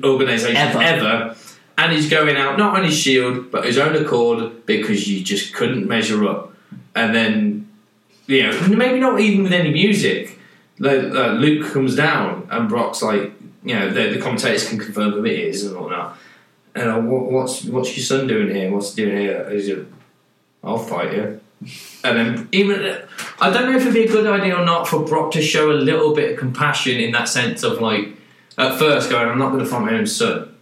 S2: organization
S1: Ever.
S2: ever. And he's going out not on his shield, but his own accord because you just couldn't measure up. And then, you know, maybe not even with any music. Like, uh, Luke comes down and Brock's like, you know, the, the commentators can confirm who it is and whatnot. And uh, what, what's what's your son doing here? What's he doing here? He's like, I'll fight you. And then even I don't know if it'd be a good idea or not for Brock to show a little bit of compassion in that sense of like at first going, I'm not going to fight my own son,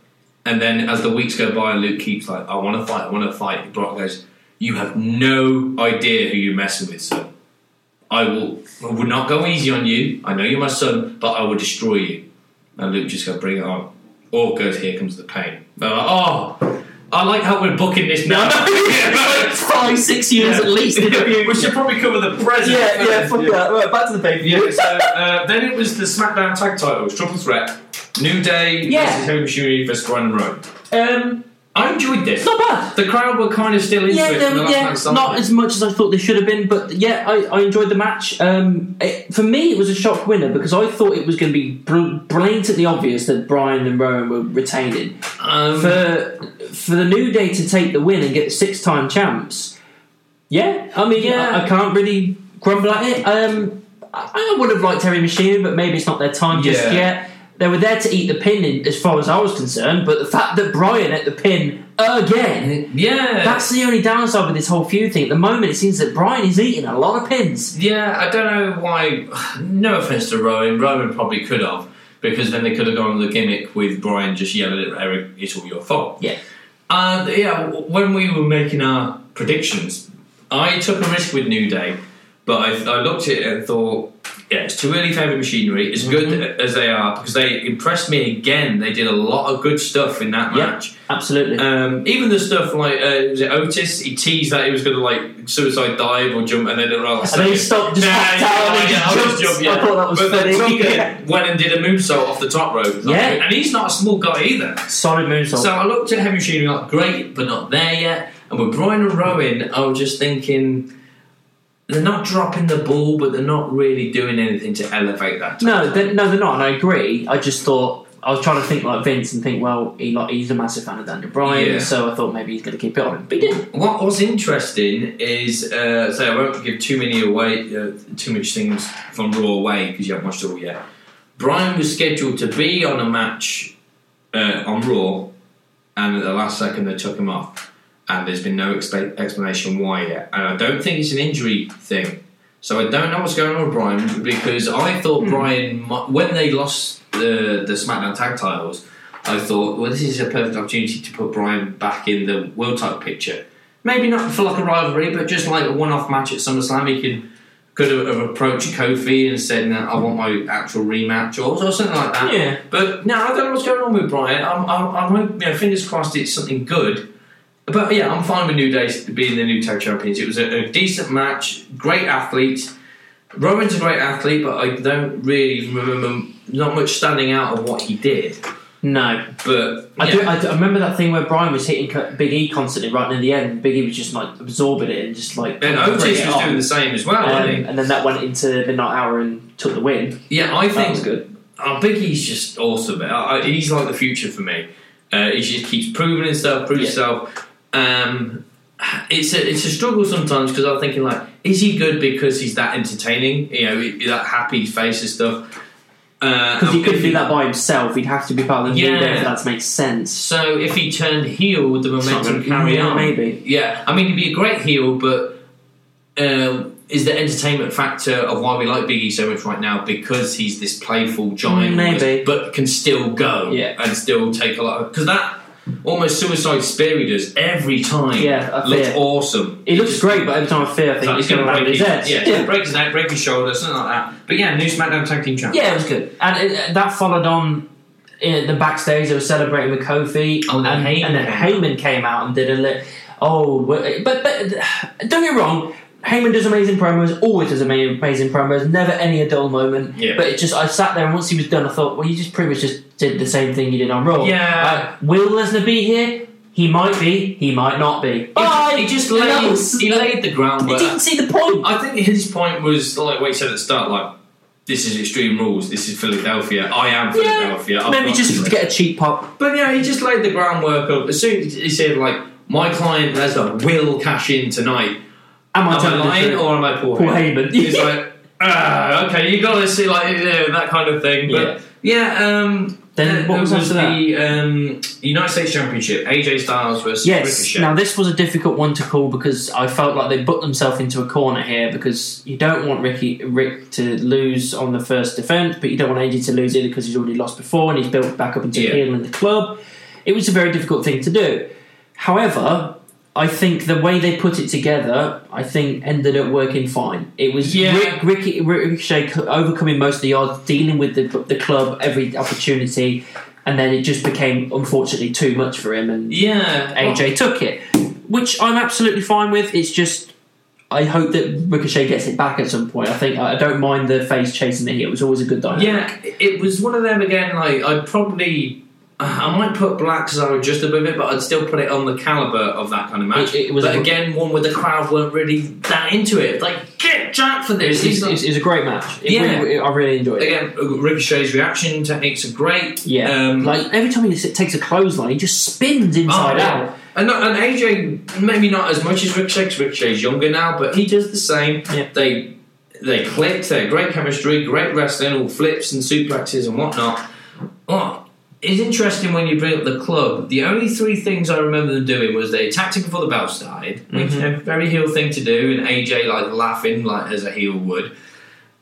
S2: and then as the weeks go by, Luke keeps like, I want to fight, I want to fight. And Brock goes, You have no idea who you're messing with, son. I will, I would not go easy on you. I know you're my son, but I will destroy you. And Luke just goes, Bring it on. Or goes, Here comes the pain. They're like, Oh. I like how we're booking this now.
S1: it's five, six years
S2: Yeah.
S1: at least. in the
S2: we
S1: future.
S2: should probably cover the present.
S1: yeah, yeah, fuck
S3: Yeah.
S1: that. Right, back to the pay per
S2: Yeah, so uh, then it was the SmackDown tag titles, Triple Threat, New Day
S1: Yeah.
S2: versus Home Shuri versus Grand Road.
S1: Um,
S2: I enjoyed this.
S1: it's not bad.
S2: The crowd were kind of still into
S1: Yeah,
S2: it from the
S1: no,
S2: last
S1: yeah,
S2: man standing.
S1: not as much as I thought they should have been, but yeah, I, I enjoyed the match. Um, it, for me, it was a shock winner because I thought it was going to be br- blatantly obvious that Brian and Rowan were retaining.
S2: Um,
S1: for for the New Day to take the win and get six time champs, yeah, I mean,
S2: Yeah.
S1: I, I can't really grumble at it. Um, I, I would have liked Terry Machine, but maybe it's not their time just
S2: Yeah.
S1: yet. They were there to eat the pin, in, as far as I was concerned, but the fact that Brian at the pin again.
S2: yeah,
S1: That's the only downside with this whole feud thing. At the moment, it seems that Brian is eating a lot of pins.
S2: yeah. I don't know why. No offense to Rowan, Rowan probably could have because then they could have gone with the gimmick with Brian just yelling at Eric, "It's all your fault."
S1: Yeah.
S2: And yeah, w- when we were making our predictions, I took a risk with New Day, but I, I looked at it and thought, yeah, it's too early for heavy machinery. As good
S1: Mm-hmm.
S2: as they are, because they impressed me again. They did a lot of good stuff in that
S1: Yeah.
S2: match.
S1: Absolutely.
S2: Um, even the stuff like uh, was it Otis? He teased that he was going to like suicide dive or jump, and then it was
S1: and then he stopped, just
S2: Nah,
S1: popped
S2: yeah,
S1: out and
S2: yeah,
S1: just
S2: I'll just jump,
S1: jumped.
S2: yeah.
S1: I thought that was
S2: but then
S1: funny.
S2: Tucker went and did a moonsault off the top rope.
S1: Yeah.
S2: and he's not a small guy either.
S1: Solid moonsault.
S2: So I looked at Heavy Machinery like great, but not there yet. And with Brian and Rowan, I was just thinking they're not dropping the ball, but they're not really doing anything to elevate that.
S1: No, they're, no, they're not, and I agree. I just thought I was trying to think like Vince and think, well, he, like, he's a massive fan of Daniel Bryan,
S2: Yeah.
S1: so I thought maybe he's going to keep it on, but he didn't.
S2: What was interesting is, uh, so I won't give too many away, uh, too much things from Raw away because you haven't watched it all yet. Brian was scheduled to be on a match uh, on Raw, and at the last second they took him off, and there's been no exp- explanation why yet. And I don't think it's an injury thing, so I don't know what's going on with Brian because I thought Brian Brian, when they lost the the SmackDown tag titles, I thought, well, this is a perfect opportunity to put Brian back in the world title picture. Maybe not for like a rivalry, but just like a one-off match at SummerSlam, he could could have, have approached Kofi and said, no, "I want my actual rematch" or, or something like that.
S1: Yeah.
S2: But no, I don't know what's going on with Brian. I'm, I'm, I'm hoping- you know, fingers crossed, it's something good. But yeah, I'm fine with New Day being the new tag champions. It was a, a decent match, great athletes. Rowan's a great athlete, but I don't really remember not much standing out of what he did.
S1: No,
S2: But
S1: I,
S2: yeah.
S1: do, I, do- I remember that thing where Bryan was hitting Co- Big E constantly right near the end. Big E was just like absorbing it and just like
S2: And
S1: bring
S2: Otis
S1: it
S2: was
S1: on.
S2: doing the same as well,
S1: Um,
S2: wasn't
S1: and then that went into midnight hour and took the win. Um,
S2: he? Yeah, I
S1: That
S2: think
S1: was good.
S2: I think he's just awesome. I, I, he's like the future for me. Uh, he just keeps proving himself, proving
S1: Yeah.
S2: himself. Um, it's a it's a struggle sometimes because I'm thinking like, is he good because he's that entertaining? You know, he- that happy face and stuff. Uh, Because
S1: Because he couldn't do that by himself. He'd have to be part of the New
S2: Yeah.
S1: Day for that to make sense.
S2: So if he turned heel, would the momentum
S1: Something-
S2: carry
S1: yeah,
S2: on?
S1: maybe.
S2: Yeah, I mean, he'd be a great heel, but um, is the entertainment factor of why we like Biggie so much right now because he's this playful giant, almost,
S1: Maybe.
S2: but can still go
S1: Yeah.
S2: and still take a lot of because that almost suicide spear he does every time.
S1: Yeah, I
S2: looks
S1: fear.
S2: awesome.
S1: He looks great, but every time I fear, I think
S2: Like,
S1: he's going to land
S2: break
S1: his
S2: his,
S1: head.
S2: yeah, he's gonna break his neck, break his shoulder, something like that. But yeah, new SmackDown Tag Team Champions.
S1: Yeah, it was good. And it, uh, that followed on in the backstage. They were celebrating with Kofi.
S2: Oh, then
S1: and,
S2: Heyman
S1: and then
S2: came
S1: Heyman came out and did a little. Oh, but, but but don't get me wrong. Heyman does amazing promos. Always does ama- amazing promos. Never any a dull moment.
S2: Yeah.
S1: But it just I sat there and once he was done, I thought, well, you just pretty much just did the same thing you did on Raw.
S2: Yeah.
S1: Uh, will Lesnar be here? He might be. He might not be. Bye.
S2: He just
S1: And
S2: laid,
S1: that was-
S2: he laid the
S1: I
S2: groundwork.
S1: didn't see the point.
S2: I think his point was like what he said at the start, like this is extreme rules. This is Philadelphia. I am Philadelphia. I've
S1: Maybe
S2: got
S1: just
S2: to-
S1: to get a cheap pop.
S2: But yeah, he just laid the groundwork up. As soon as he said like, my client Lesnar will cash in tonight.
S1: Am I
S2: Am I
S1: telling the
S2: lying
S1: truth?
S2: or am I poor?
S1: Paul Heyman.
S2: He's like, ah, okay, you gotta see like you know, that kind of thing. But yeah, um.
S1: Then
S2: uh,
S1: what was
S2: there
S1: after that?
S2: the um, United States Championship? AJ Styles versus
S1: Yes.
S2: Ricochet.
S1: Now this was a difficult one to call because I felt like they put themselves into a corner here because you don't want Ricky Rick to lose on the first defense, but you don't want AJ to lose either because he's already lost before and he's built back up into
S2: Yeah.
S1: a heel in the club. It was a very difficult thing to do. However, I think the way they put it together, I think ended up working fine. It was
S2: Yeah.
S1: Rick, Ricky, Ricochet co- overcoming most of the odds, dealing with the, the club every opportunity, and then it just became unfortunately too much for him, and
S2: Yeah.
S1: AJ took it, which I'm absolutely fine with. It's just I hope that Ricochet gets it back at some point. I think I don't mind the face chasing the heel. It was always a good dynamic.
S2: Yeah, it was one of them again. Like I probably, I might put Black Cesaro just above it, but I'd still put it on the caliber of that kind of match.
S1: It- it was
S2: but
S1: a-
S2: again one where the crowd weren't really that into it. Like get Jack for
S1: It
S2: this.
S1: was,
S2: He's
S1: it,
S2: not-
S1: was, it was a great match. It
S2: Yeah.
S1: really- I really enjoyed it.
S2: again, Ricochet's reaction techniques are great.
S1: Yeah,
S2: um, Oh,
S1: like every time he s- takes a clothesline, he just spins inside
S2: yeah.
S1: out.
S2: And, not, and AJ, maybe not as much as Ricochet, 'cause Ricochet's younger now, but he does the same.
S1: Yeah.
S2: They they clicked, they're great chemistry, great wrestling, all flips and suplexes and whatnot. Oh, it's interesting when you bring up the club. The only three things I remember them doing was they attacked him before the bell started, which
S1: Mm-hmm.
S2: is a very heel thing to do, and AJ like laughing like as a heel would.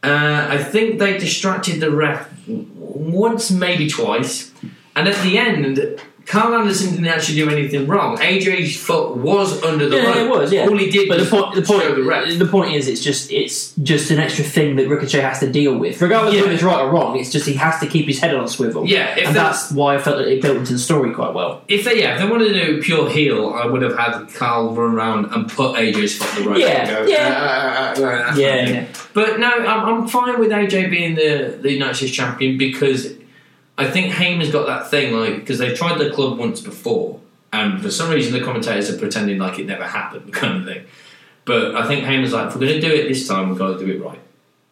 S2: Uh, I think they distracted the ref w- once, maybe twice, and at the end, Carl Anderson didn't actually do anything wrong. AJ's foot was under the
S1: Yeah,
S2: rope.
S1: it was. Yeah,
S2: All he did
S1: But the
S2: was
S1: point, the
S2: show
S1: point,
S2: the ref.
S1: the point is, it's just it's just an extra thing that Ricochet has to deal with, regardless
S2: Yeah.
S1: of whether it's right or wrong. It's just he has to keep his head on a swivel.
S2: Yeah, if
S1: and
S2: that-
S1: that's why I felt that it built into the story quite well.
S2: If they yeah, if they wanted to do pure heel, I would have had Carl run around and put AJ's foot in the rope.
S1: Yeah,
S2: and go,
S1: yeah.
S2: "Ah, ah, ah, ah, ah," that kind of thing. But no, I'm, I'm fine with AJ being the the United States champion because I think Heyman's got that thing like because they've tried the club once before, and for some reason the commentators are pretending like it never happened, kind of thing. But I think Heyman's like, if we're going to do it this time, we've got to do it right.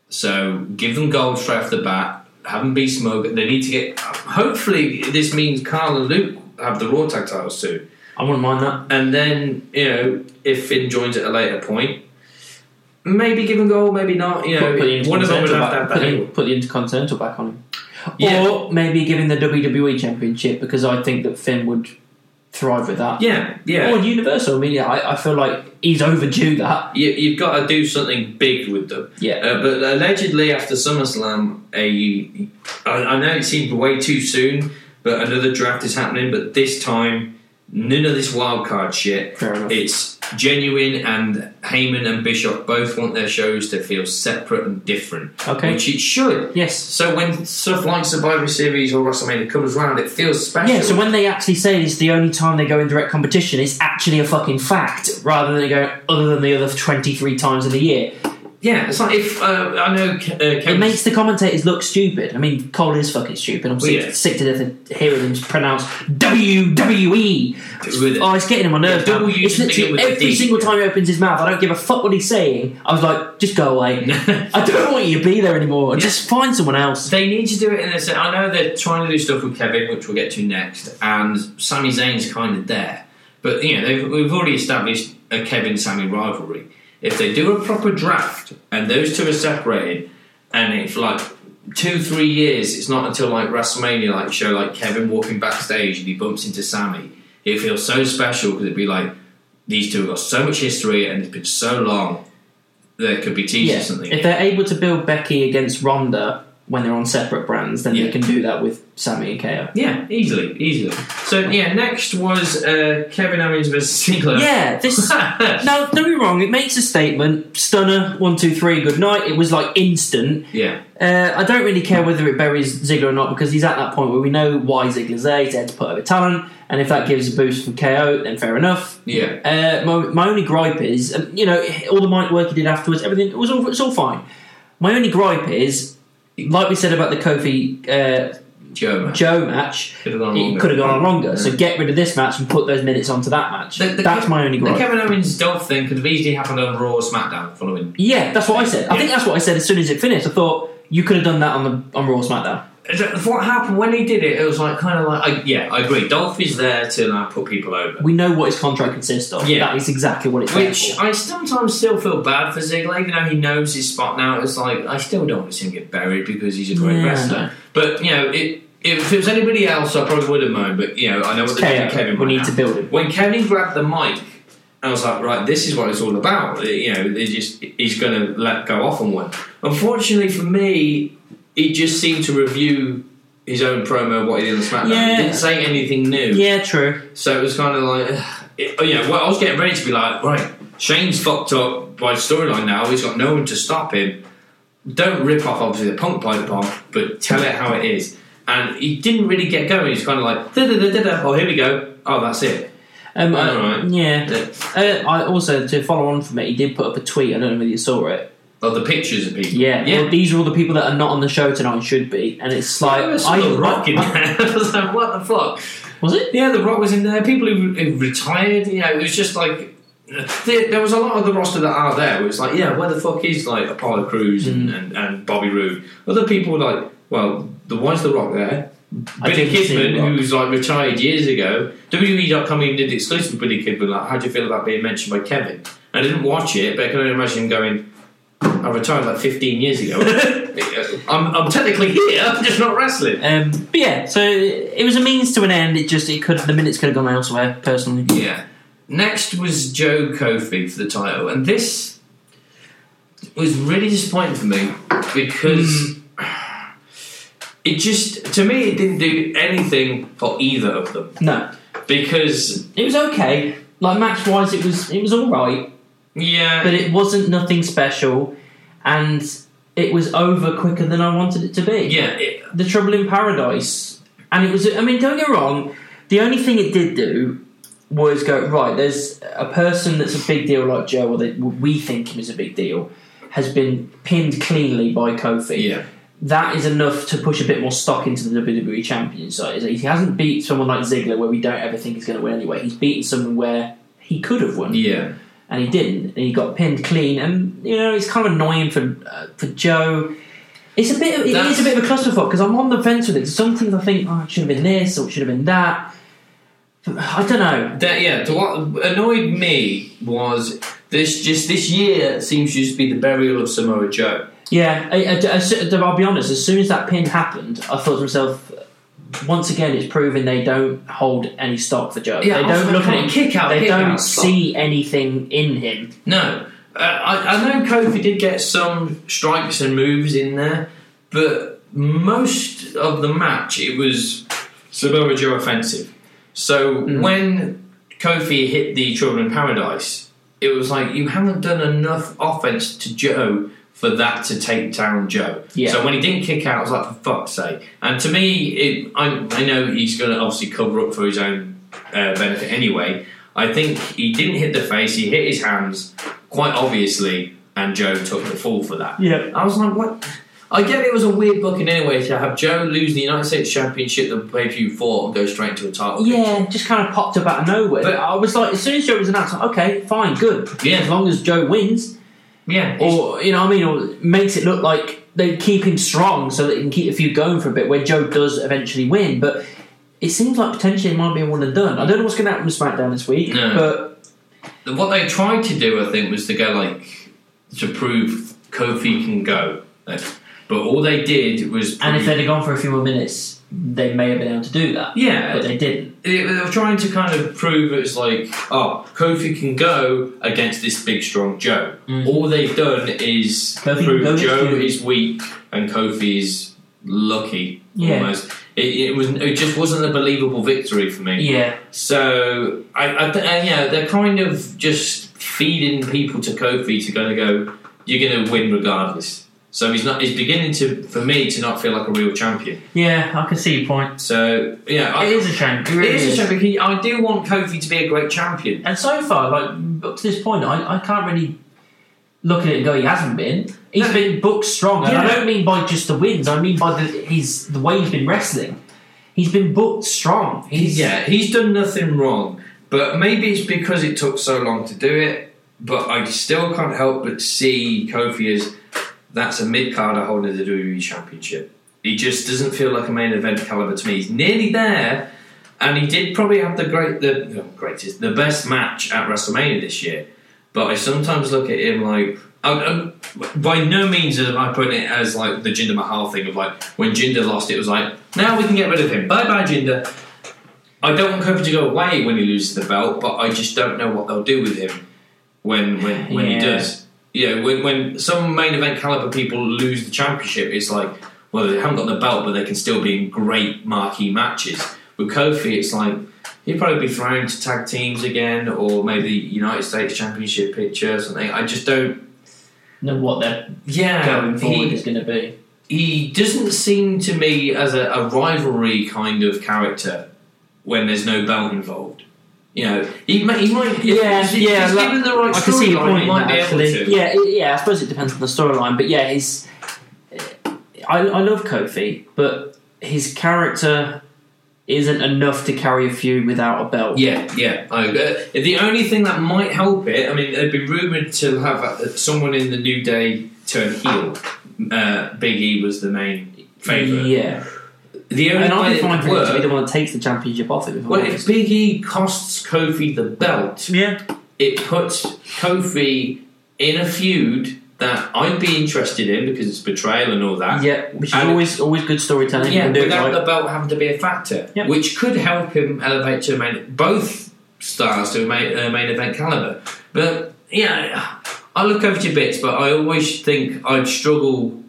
S2: So give them gold straight off the bat. Have them be smug. They need to get. Hopefully, this means Carl and Luke have the Raw tag titles too.
S1: I wouldn't mind that.
S2: And then, you know, if Finn joins at a later point, maybe give him goal, maybe not. You know,
S1: Put, put the
S2: one of them would
S1: Intercontinental
S2: have to
S1: back,
S2: have
S1: put,
S2: that.
S1: the,
S2: angle.
S1: put the Intercontinental back on him,
S2: Yeah.
S1: or maybe giving the WWE Championship because I think that Finn would thrive with that.
S2: Yeah, yeah.
S1: Or Universal. I mean, yeah, I, I feel like he's overdue that.
S2: you, you've got to do something big with them.
S1: Yeah.
S2: Uh, but allegedly, after SummerSlam, a, I, I know it seemed way too soon, but another draft is happening. But this time, none of this wild card shit.
S1: Fair enough.
S2: It's genuine, and Heyman and Bischoff both want their shows to feel separate and different,
S1: Okay.
S2: which it should.
S1: Yes.
S2: So when stuff like Survivor Series or WrestleMania comes around, it feels special.
S1: Yeah, so when they actually say it's the only time they go in direct competition, it's actually a fucking fact, rather than they go other than the other 23 times in the year.
S2: yeah, it's like if uh, I know Ke- uh,
S1: It
S2: Kevin
S1: makes the commentators look stupid. I mean, Cole is fucking stupid. I'm sick,
S2: yeah.
S1: sick to death of hearing him pronounce WWE.
S2: with it.
S1: Oh, it's getting him on nerves.
S2: Yeah,
S1: now.
S2: W
S1: It's
S2: to begin
S1: literally
S2: with a
S1: every
S2: D.
S1: single time he opens his mouth, I don't give a fuck what he's saying. I was like, just go away. I don't want you to be there anymore. Just find someone else.
S2: They need to do it in this. I know they're trying to do stuff with Kevin, which we'll get to next, and Sami Zayn's kind of there. But you know, they've, we've already established a Kevin Sami rivalry. If they do a proper draft and those two are separated, and it's like two, three years, it's not until like WrestleMania, like show like Kevin walking backstage and he bumps into Sammy. It feels so special because it'd be like these two have got so much history and it's been so long that it could be teaching
S1: Yeah.
S2: something.
S1: If they're able to build Becky against Ronda when they're on separate brands, then
S2: Yeah.
S1: they can do that with Sammy and KO.
S2: Yeah, easily, easily. So yeah, next was uh, Kevin Owens versus Ziggler.
S1: Yeah, this. now, don't be wrong. It makes a statement. Stunner, one, two, three. Good night. It was like instant.
S2: yeah,
S1: Uh, I don't really care whether it buries Ziggler or not because he's at that point where we know why Ziggler's there. He's there to put over talent, and if that gives a boost for KO, then fair enough.
S2: yeah,
S1: Uh, my, my only gripe is, um, you know, all the mic work he did afterwards, everything it was all it's all fine. My only gripe is, like we said about the Kofi uh,
S2: Joe. man.
S1: Joe match,
S2: Could have gone
S1: it
S2: longer.
S1: could have gone on longer. So get rid of this match and put those minutes onto that match.
S2: The- the
S1: that's
S2: Kev-
S1: my only
S2: The
S1: gripe.
S2: Kevin Owens Dolph thing could have easily happened on Raw or SmackDown following.
S1: yeah, that's what I said. I
S2: Yeah.
S1: think that's what I said as soon as it finished. I thought you could have done that on the on Raw SmackDown.
S2: Is that- What happened when he did it? It was like kind of like, I, yeah, I agree. Dolph is there to like, put people over.
S1: We know what his contract consists of.
S2: Yeah.
S1: That is exactly what it's there
S2: Which
S1: for.
S2: I sometimes still feel bad for Ziggler, even though he knows his spot now. It's like I still don't want to see him get buried because he's a great
S1: Yeah.
S2: wrestler. But you know, it, if it was anybody else, I probably would have moaned. But you know, I know what they're doing with
S1: KO,
S2: Kevin.
S1: we
S2: right
S1: need
S2: now.
S1: to build him.
S2: When Kevin grabbed the mic, I was like, right, this is what it's all about. Uh, You know, they just he's going to let go off on one. Unfortunately for me, he just seemed to review his own promo, what he did on SmackDown. He
S1: Yeah.
S2: didn't say anything new.
S1: Yeah, true.
S2: So it was kind of like, it, you know, well, I was getting ready to be like, right, Shane's fucked up by storyline now. He's got no one to stop him. Don't rip off, obviously, the punk pipe bomb, but tell it how it is. and he didn't really get going. He's kind of like, da da da da, oh, here we go. Oh, that's it.
S1: Um, I-
S2: Alright.
S1: Yeah.
S2: The,
S1: Uh, I also to follow on from it, he did put up a tweet. I don't know whether you saw it.
S2: oh, the pictures of people.
S1: Yeah,
S2: yeah.
S1: Well, these are all the people that are not on the show tonight and should be, and it's like
S2: I saw
S1: I,
S2: the rock in
S1: I-
S2: there. I was like, what the fuck?
S1: was it?
S2: Yeah, the rock was in there. People who, who retired, you know, it was just like uh, there, there was a lot of the roster that are there. It was like, yeah, where the fuck is like Apollo Crews and,
S1: Mm.
S2: and, and Bobby Roode? Other people were like, well, the why's the rock there?
S1: I
S2: Billy
S1: didn't see The Rock.
S2: Kidman, who's like retired years ago, WWE.com even did exclusive with Billy Kidman. Like, how do you feel about being mentioned by Kevin? I didn't watch it, but I can only imagine him going. I retired like 15 years ago. I'm, I'm technically here, I'm just not wrestling.
S1: Um, but yeah, so it was a means to an end. It just it could the minutes could have gone elsewhere. Personally,
S2: Yeah. Next was Joe Kofi for the title, and this was really disappointing for me because
S1: Hmm.
S2: it just, to me, it didn't do anything for either of them.
S1: no,
S2: Because,
S1: it was okay. Like match wise, it was it was all right,
S2: yeah,
S1: but it wasn't nothing special, and it was over quicker than I wanted it to be.
S2: yeah, it,
S1: The Trouble in Paradise. And it was, I mean, don't get me wrong, the only thing it did do was go, right, there's a person that's a big deal like Joe, or that we think him is a big deal, has been pinned cleanly by Kofi.
S2: yeah,
S1: That is enough to push a bit more stock into the WWE champion side. He hasn't beat someone like Ziggler, where we don't ever think he's going to win anyway. He's beaten someone where he could have won
S2: yeah.
S1: and he didn't, and he got pinned clean. And you know, it's kind of annoying for uh, for Joe. It's a bit. It
S2: That's-
S1: is a bit of a clusterfuck because I'm on the fence with it. Sometimes I think, oh, it should have been this or it should have been that. But I don't know.
S2: That, yeah, to what annoyed me was this just this year seems to just be the burial of Samoa Joe.
S1: Yeah, I, will be honest. As soon as that pin happened, I thought to myself, once again, it's proven they don't hold any stock for Joe.
S2: Yeah,
S1: they
S2: I was
S1: don't
S2: like,
S1: look
S2: come
S1: at
S2: on,
S1: him.
S2: kick out,
S1: they
S2: kick
S1: don't
S2: out, stop.
S1: see anything in him.
S2: No, uh, I, I know Kofi did get some strikes and moves in there, but most of the match it was Samoa Joe offensive. So when Kofi hit the Trouble in Paradise, it was like you haven't done enough offense to Joe for that to take down Joe.
S1: Yeah.
S2: So when he didn't kick out, I was like, for fuck's sake. And to me, it, I, I know he's going to obviously cover up for his own uh, benefit anyway. I think he didn't hit the face, he hit his hands quite obviously, and Joe took the fall for that.
S1: Yeah.
S2: I was like, what? I get it was a weird booking anyway to have Joe lose the United States Championship the pay per view for and go straight to a title.
S1: Yeah, just kind of popped up out of nowhere.
S2: But-
S1: I was like, as soon as Joe was announced, like, okay, fine, good.
S2: Yeah.
S1: As long as Joe wins,
S2: yeah. it's-
S1: or you know what I mean, or makes it look like they keep him strong so that he can keep a few going for a bit. Where Joe does eventually win, but it seems like potentially it might be a one and done. I don't know what's going to happen with SmackDown this week,
S2: No.
S1: but
S2: what they tried to do, I think, was to go like to prove Kofi can go, Like, but all they did was
S1: and if
S2: prove-
S1: they'd have gone for a few more minutes, they may have been able to do that,
S2: yeah,
S1: but they didn't.
S2: they they were trying to kind of prove it's like, oh, Kofi can go against this big strong Joe. All they've done is
S1: Mm. Kofi can go
S2: prove
S1: against
S2: Joe
S1: you.
S2: is weak and Kofi is lucky.
S1: Yeah.
S2: Almost, it, it was. It just wasn't a believable victory for me.
S1: Yeah,
S2: So I, I th- and yeah, they're kind of just feeding people to Kofi to kind of go, you're going to win regardless. So he's not. He's beginning to, for me, to not feel like a real champion.
S1: yeah, I can see your point.
S2: So yeah, I,
S1: It is a shame. It really
S2: it is
S1: is.
S2: a shame because he- I do want Kofi to be a great champion.
S1: And so far, like up to this point, I, I can't really look at it and go he hasn't been. He's
S2: No.
S1: been booked strong, and I
S2: Yeah.
S1: don't mean by just the wins. I mean by the he's the way he's been wrestling. He's been booked strong. He's
S2: yeah, he's done nothing wrong, but maybe it's because it took so long to do it. But I still can't help but see Kofi as that's a mid carder holding the WWE Championship. He just doesn't feel like a main event caliber to me. He's nearly there, and he did probably have the great, the no, greatest, the best match at WrestleMania this year. But I sometimes look at him like. I, I, by no means am I putting it as like the Jinder Mahal thing of like when Jinder lost, it was like now we can get rid of him. Bye bye Jinder. I don't want Kofi to go away when he loses the belt, but I just don't know what they'll do with him when when, when
S1: Yeah.
S2: he does. Yeah, when when some main event caliber people lose the championship, it's like well they haven't got the belt, but they can still be in great marquee matches. With Kofi, it's like he'd probably be thrown to tag teams again, or maybe United States Championship picture or something. I just don't.
S1: know what they're
S2: Yeah,
S1: going forward
S2: he-
S1: is going to be.
S2: he doesn't seem to me as a, a rivalry kind of character when there's no belt involved. You know, he, ma- he might. if-
S1: Yeah,
S2: if,
S1: yeah,
S2: He's
S1: like-
S2: given the right
S1: I can see your
S2: storyline,
S1: point
S2: he
S1: in
S2: might
S1: that,
S2: be able
S1: actually.
S2: to.
S1: Yeah, it- yeah. I suppose it depends on the storyline, but yeah, he's. I, I love Kofi, but his character isn't enough to carry a feud without a belt.
S2: Yeah, yeah. I, uh, the only thing that might help it, I mean, it'd be rumored to have uh, someone in the New Day turn heel. Uh, Big E was the main favorite.
S1: Yeah,
S2: The only
S1: and I'd
S2: way
S1: be fine
S2: it
S1: for
S2: would
S1: him to be the
S2: work.
S1: one that takes the championship off him. if I'm
S2: Well, if
S1: honest.
S2: Big E costs Kofi the belt,
S1: yeah,
S2: it puts Kofi in a feud that I'd be interested in because it's betrayal and all that.
S1: yeah, which is
S2: And-
S1: always always good storytelling.
S2: Yeah,
S1: you can do it
S2: without
S1: right.
S2: the belt having to be a factor,
S1: Yeah.
S2: which could help him elevate to a main, both stars to a main, uh, main event caliber. But yeah, I look over to bits, but I always think I'd struggle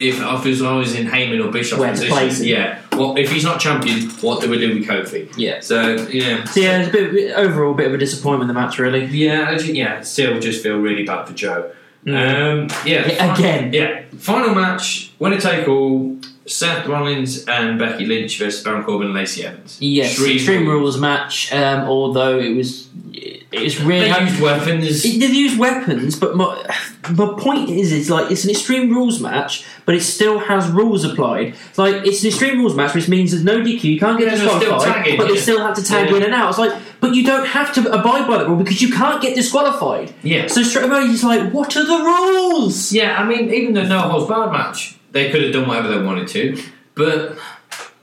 S2: if I was I was in Heyman or Bischoff's
S1: Where to
S2: position.
S1: place him.
S2: Yeah, well, if he's not champion, what do we do with Kofi?
S1: Yeah.
S2: So yeah,
S1: So yeah, it's a bit overall a bit of a disappointment the match really.
S2: yeah, I ju- yeah. Still, just feel really bad for Joe. Um, yeah,
S1: Yeah,
S2: fi-
S1: again.
S2: Yeah, final match, winner take all. Seth Rollins and Becky Lynch versus Baron Corbin and Lacey Evans.
S1: Yes, Extreme, Rules match. Um, although it was, it was really
S2: They used weapons.
S1: It- They've used weapons, but my my point is, it's like it's an extreme rules match, but it still has rules applied. It's Like it's an extreme rules match, which means there's no DQ, you can't get
S2: Yeah, they're still
S1: disqualified,
S2: tagging,
S1: but they
S2: yeah.
S1: still have to tag
S2: Yeah.
S1: in and out. It's like, but you don't have to abide by that rule because you can't get disqualified.
S2: Yeah.
S1: So straight away, he's like, "What are the rules?"
S2: Yeah, I mean, even the no holds barred match, they could have done whatever they wanted to. But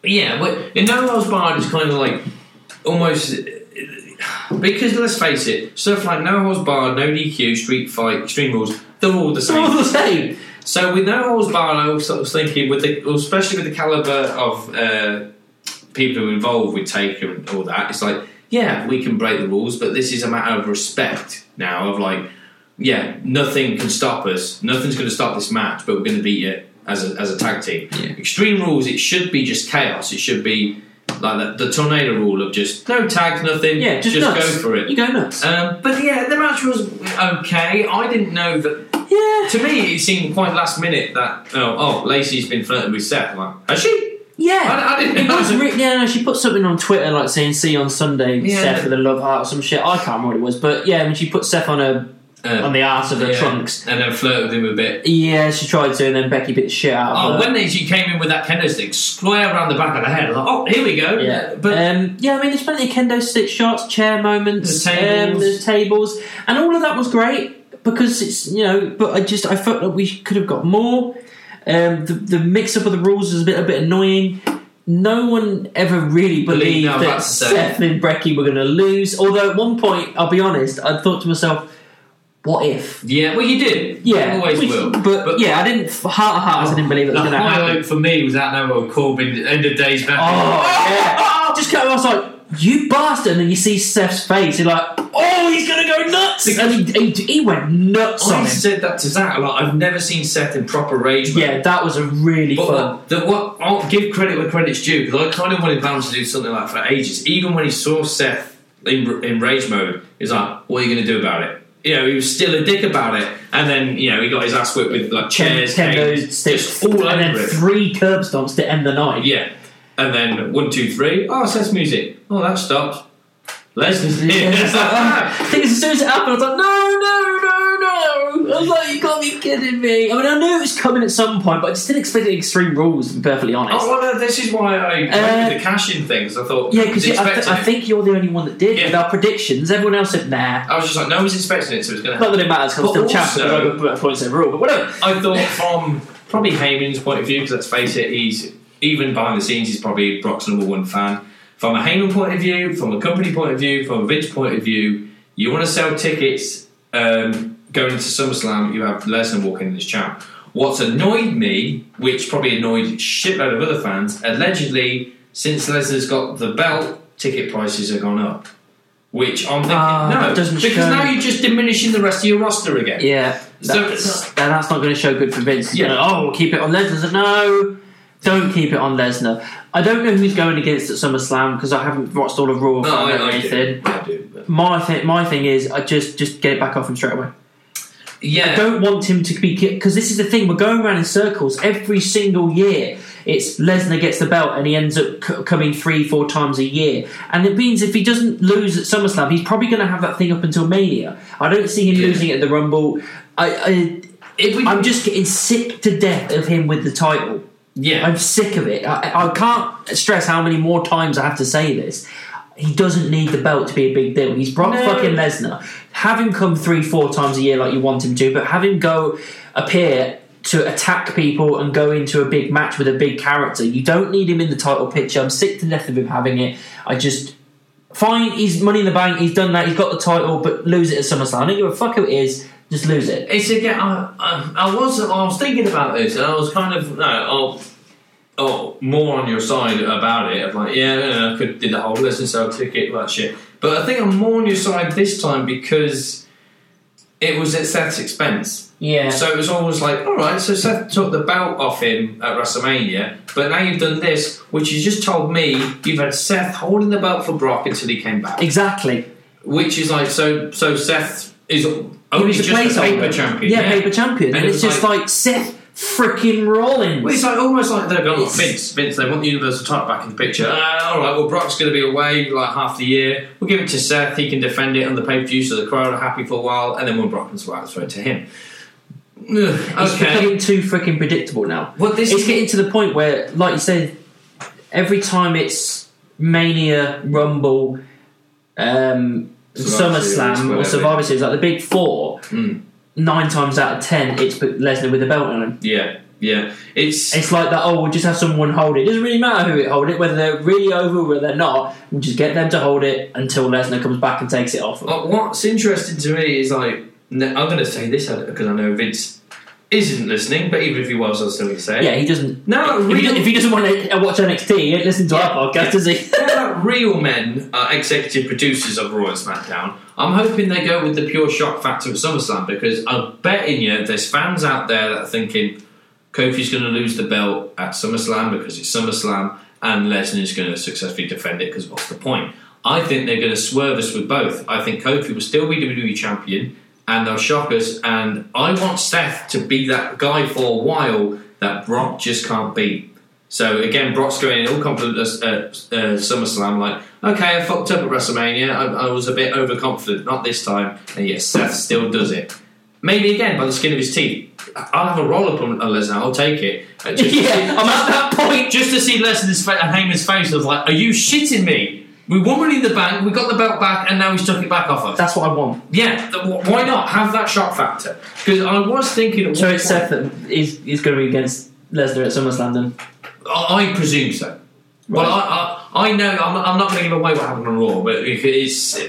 S2: yeah, but the no holds barred is kind of like almost because let's face it, stuff like no holds barred, no DQ, street fight, extreme rules, they're all the
S1: They're all
S2: same.
S1: the same.
S2: So with no holds barred, I also was thinking with the well, especially with the caliber of uh, people who are involved with Taker and all that, it's like yeah, we can break the rules, but this is a matter of respect now. Of like, yeah, nothing can stop us. Nothing's going to stop this match, but we're going to beat you as a, as a tag team.
S1: Yeah.
S2: Extreme rules. It should be just chaos. It should be like the, the tornado rule of just no tags, nothing.
S1: Yeah, just, nuts.
S2: go for it.
S1: You go nuts.
S2: Um, but yeah, the match was okay. I didn't know that
S1: yeah,
S2: to me, it seemed quite last minute that oh, oh Lacey's been flirting with Seth. I'm like, has she?
S1: yeah.
S2: I, I didn't
S1: It was
S2: know.
S1: re- yeah, no, she put something on Twitter like saying "See you on Sunday,
S2: Yeah.
S1: Seth with a love heart" or some shit. I can't remember what it was, but yeah, when she put Seth on a on
S2: Uh,
S1: the arse of her
S2: yeah,
S1: trunks.
S2: and then flirted with him a bit.
S1: Yeah, she tried to, and then Becky bit the shit out
S2: Oh,
S1: of her.
S2: when they, she came in with that kendo stick, square around the back of the head. I was like, oh, here we go.
S1: yeah,
S2: but
S1: um, yeah, I mean, there's plenty of kendo stick shots, chair moments,
S2: There's tables.
S1: Um, there's tables, and all of that was great because it's you know, but I just I felt that we could have got more. Um, the, the mix up of the rules was a bit a bit annoying. No one ever really believed
S2: Believe- no,
S1: that
S2: that's the same.
S1: Seth and Brecky were going to lose. Although at one point, I'll be honest, I thought to myself, "What if?"
S2: yeah, well, you did.
S1: Yeah,
S2: you always
S1: which-
S2: will.
S1: But, yeah, I didn't heart of hearts. I didn't believe it
S2: The
S1: was going to happen.
S2: highlight for me was that no Corbin end of days back.
S1: Oh, yeah. Just kind of, I was like, you bastard. And then you see Seth's face. You're like, oh, he's going to go nuts. Oh, And he, he, he went nuts on
S2: I
S1: him.
S2: said that to Zach a lot. I've never seen Seth in proper rage. mode.
S1: Yeah, that was a really fun.
S2: But the, what I'll give credit where credit's due because I kind of wanted Bounce to do something like that for ages. Even when he saw Seth in, in rage mode, he's like, "What are you going to do about it?" You know, he was still a dick about it, and then you know he got his ass whipped with like chairs,
S1: Kendo
S2: canes,
S1: sticks.
S2: just all
S1: and then
S2: over it.
S1: three curb stomps to end the night.
S2: yeah, and then one, two, three. Oh, Seth's music. Oh, that stopped. Lesnar's
S1: Yeah,
S2: here.
S1: it's like, ah. I think as soon as it happened, I was like, no, no, no, no. I was like, you got to be kidding me. I mean, I knew it was coming at some point, but I just didn't expect it in extreme rules, to be perfectly honest.
S2: Oh, well, this is why I went
S1: Uh,
S2: with the cash-in things. I thought,
S1: yeah, because I,
S2: expecting
S1: th- I
S2: it.
S1: think you're the only one that did
S2: Yeah.
S1: with our predictions. Everyone else said, nah.
S2: I was just like, no one's expecting it, so it's going to
S1: Not that it matters because I'm still
S2: But
S1: champion.
S2: also-
S1: I've got points overall, but whatever.
S2: I thought from probably Heyman's point of view, because let's face it, he's even behind the scenes, he's probably Brock's number one fan. From a Heyman point of view, from a company point of view, from a Vince point of view, you want to sell tickets um, going to SummerSlam. You have Lesnar walking in as champ. What's annoyed me, which probably annoyed a shitload of other fans, allegedly since Lesnar's got the belt, ticket prices have gone up. Which I'm thinking,
S1: Ah,
S2: no,
S1: that doesn't
S2: because
S1: show.
S2: now you're just diminishing the rest of your roster again.
S1: Yeah,
S2: So
S1: that's,
S2: it's-
S1: that- that's not going to show good for Vince. He's
S2: Yeah.
S1: gonna, oh, we'll keep it on Lesnar. So, no, don't keep it on Lesnar. I don't know who's going against at SummerSlam because I haven't watched all of Raw
S2: No,
S1: or
S2: I, I do.
S1: anything.
S2: I do, but-
S1: My thing, my thing is, I just just get it back off him straight away. I
S2: yeah.
S1: don't want him to be because this is the thing. We're going around in circles every single year. It's Lesnar gets the belt and he ends up c- coming three, four times a year. And it means if he doesn't lose at SummerSlam, he's probably going to have that thing up until Mania. I don't see him
S2: Yeah.
S1: losing it at the Rumble. I,
S2: If we,
S1: I, I'm just getting sick to death of him with the title.
S2: yeah.
S1: I'm sick of it. I, I can't stress how many more times I have to say this. He doesn't need the belt to be a big deal. He's Brock
S2: No.
S1: fucking Lesnar. Have him come three, four times a year like you want him to, but have him go appear to attack people and go into a big match with a big character. You don't need him in the title picture. I'm sick to death of him having it. I just fine. He's money in the bank. He's done that. He's got the title, but lose it at SummerSlam. I don't give a fuck who it is. Just lose it.
S2: It's again. I, I, I was I was thinking about this, and I was kind of no, oh, oh, more on your side about it. I'm like, yeah, yeah, I could did the whole listen, so I took it, all that shit. But I think I'm more on your side this time because it was at Seth's expense.
S1: Yeah.
S2: So it was always like, all right, so Seth took the belt off him at WrestleMania, but now you've done this, which you just told me you've had Seth holding the belt for Brock until he came back,
S1: Exactly.
S2: which is like so. So Seth is only
S1: He was
S2: just
S1: a placeholder.
S2: a paper champion.
S1: Yeah, paper champion.
S2: And
S1: And,
S2: it
S1: it's
S2: was
S1: just like, Seth freaking Rollins.
S2: Well, it's like almost like they're going,
S1: It's-
S2: Vince, Vince, they want the Universal title back in the picture. Uh, all right, well, Brock's going to be away like half the year. We'll give it to Seth. He can defend it on the pay per view, so the crowd are happy for a while, and then when Brock comes back, throw it to him. Ugh,
S1: It's
S2: okay.
S1: becoming too freaking predictable now.
S2: Well, this
S1: It's
S2: is-
S1: getting to the point where, like you said, every time it's Mania, Rumble, um,
S2: Survivor Series,
S1: SummerSlam, or
S2: whatever. Hmm.
S1: Survivor Series, like the big four, nine times out of ten, it's put Lesnar with the belt on him.
S2: Yeah, yeah. It's.
S1: It's like that. Oh, we'll just have someone hold it. It doesn't really matter who it hold it, whether they're really over or whether they're not. We'll just get them to hold it until Lesnar comes back and takes it off. 'em.
S2: Like, uh, what's interesting to me is like, n- I'm going to say this because I know Vince isn't listening, but even if he was, I was still going to say it.
S1: Yeah, he doesn't.
S2: No,
S1: if, he,
S2: really-
S1: doesn't- if he doesn't want to watch NXT, he ain't listen to our podcast, does he?
S2: Now that real men are executive producers of Raw and SmackDown, I'm hoping they go with the pure shock factor of SummerSlam because I'm betting you there's fans out there that are thinking Kofi's going to lose the belt at SummerSlam because it's SummerSlam and Lesnar's going to successfully defend it because what's the point? I think they're going to swerve us with both. I think Kofi will still be WWE champion and they'll shock us. And I want Seth to be that guy for a while that Brock just can't beat. So again, Brock's going in all confident at uh, uh, SummerSlam, like, okay, I fucked up at WrestleMania. I, I was a bit overconfident, not this time. And yet Seth still does it. Maybe again by the skin of his teeth. I- I'll have a roll up on on Lesnar. I'll take it. Uh, Just to see-
S1: yeah, I'm at that point.
S2: just to see Lesnar's face and Heyman's face of like, are you shitting me? We won money in the bank. We got the belt back, and now he's took it back off us.
S1: That's what I want.
S2: Yeah, th- wh- why not have that shock factor? Because I was thinking. at
S1: So
S2: one
S1: it's uh,
S2: point-
S1: Seth that is, is going to be against Lesnar at SummerSlam then.
S2: I I presume so. Well, I, I, I know I'm, I'm not going to give away what happened on Raw, but if it's.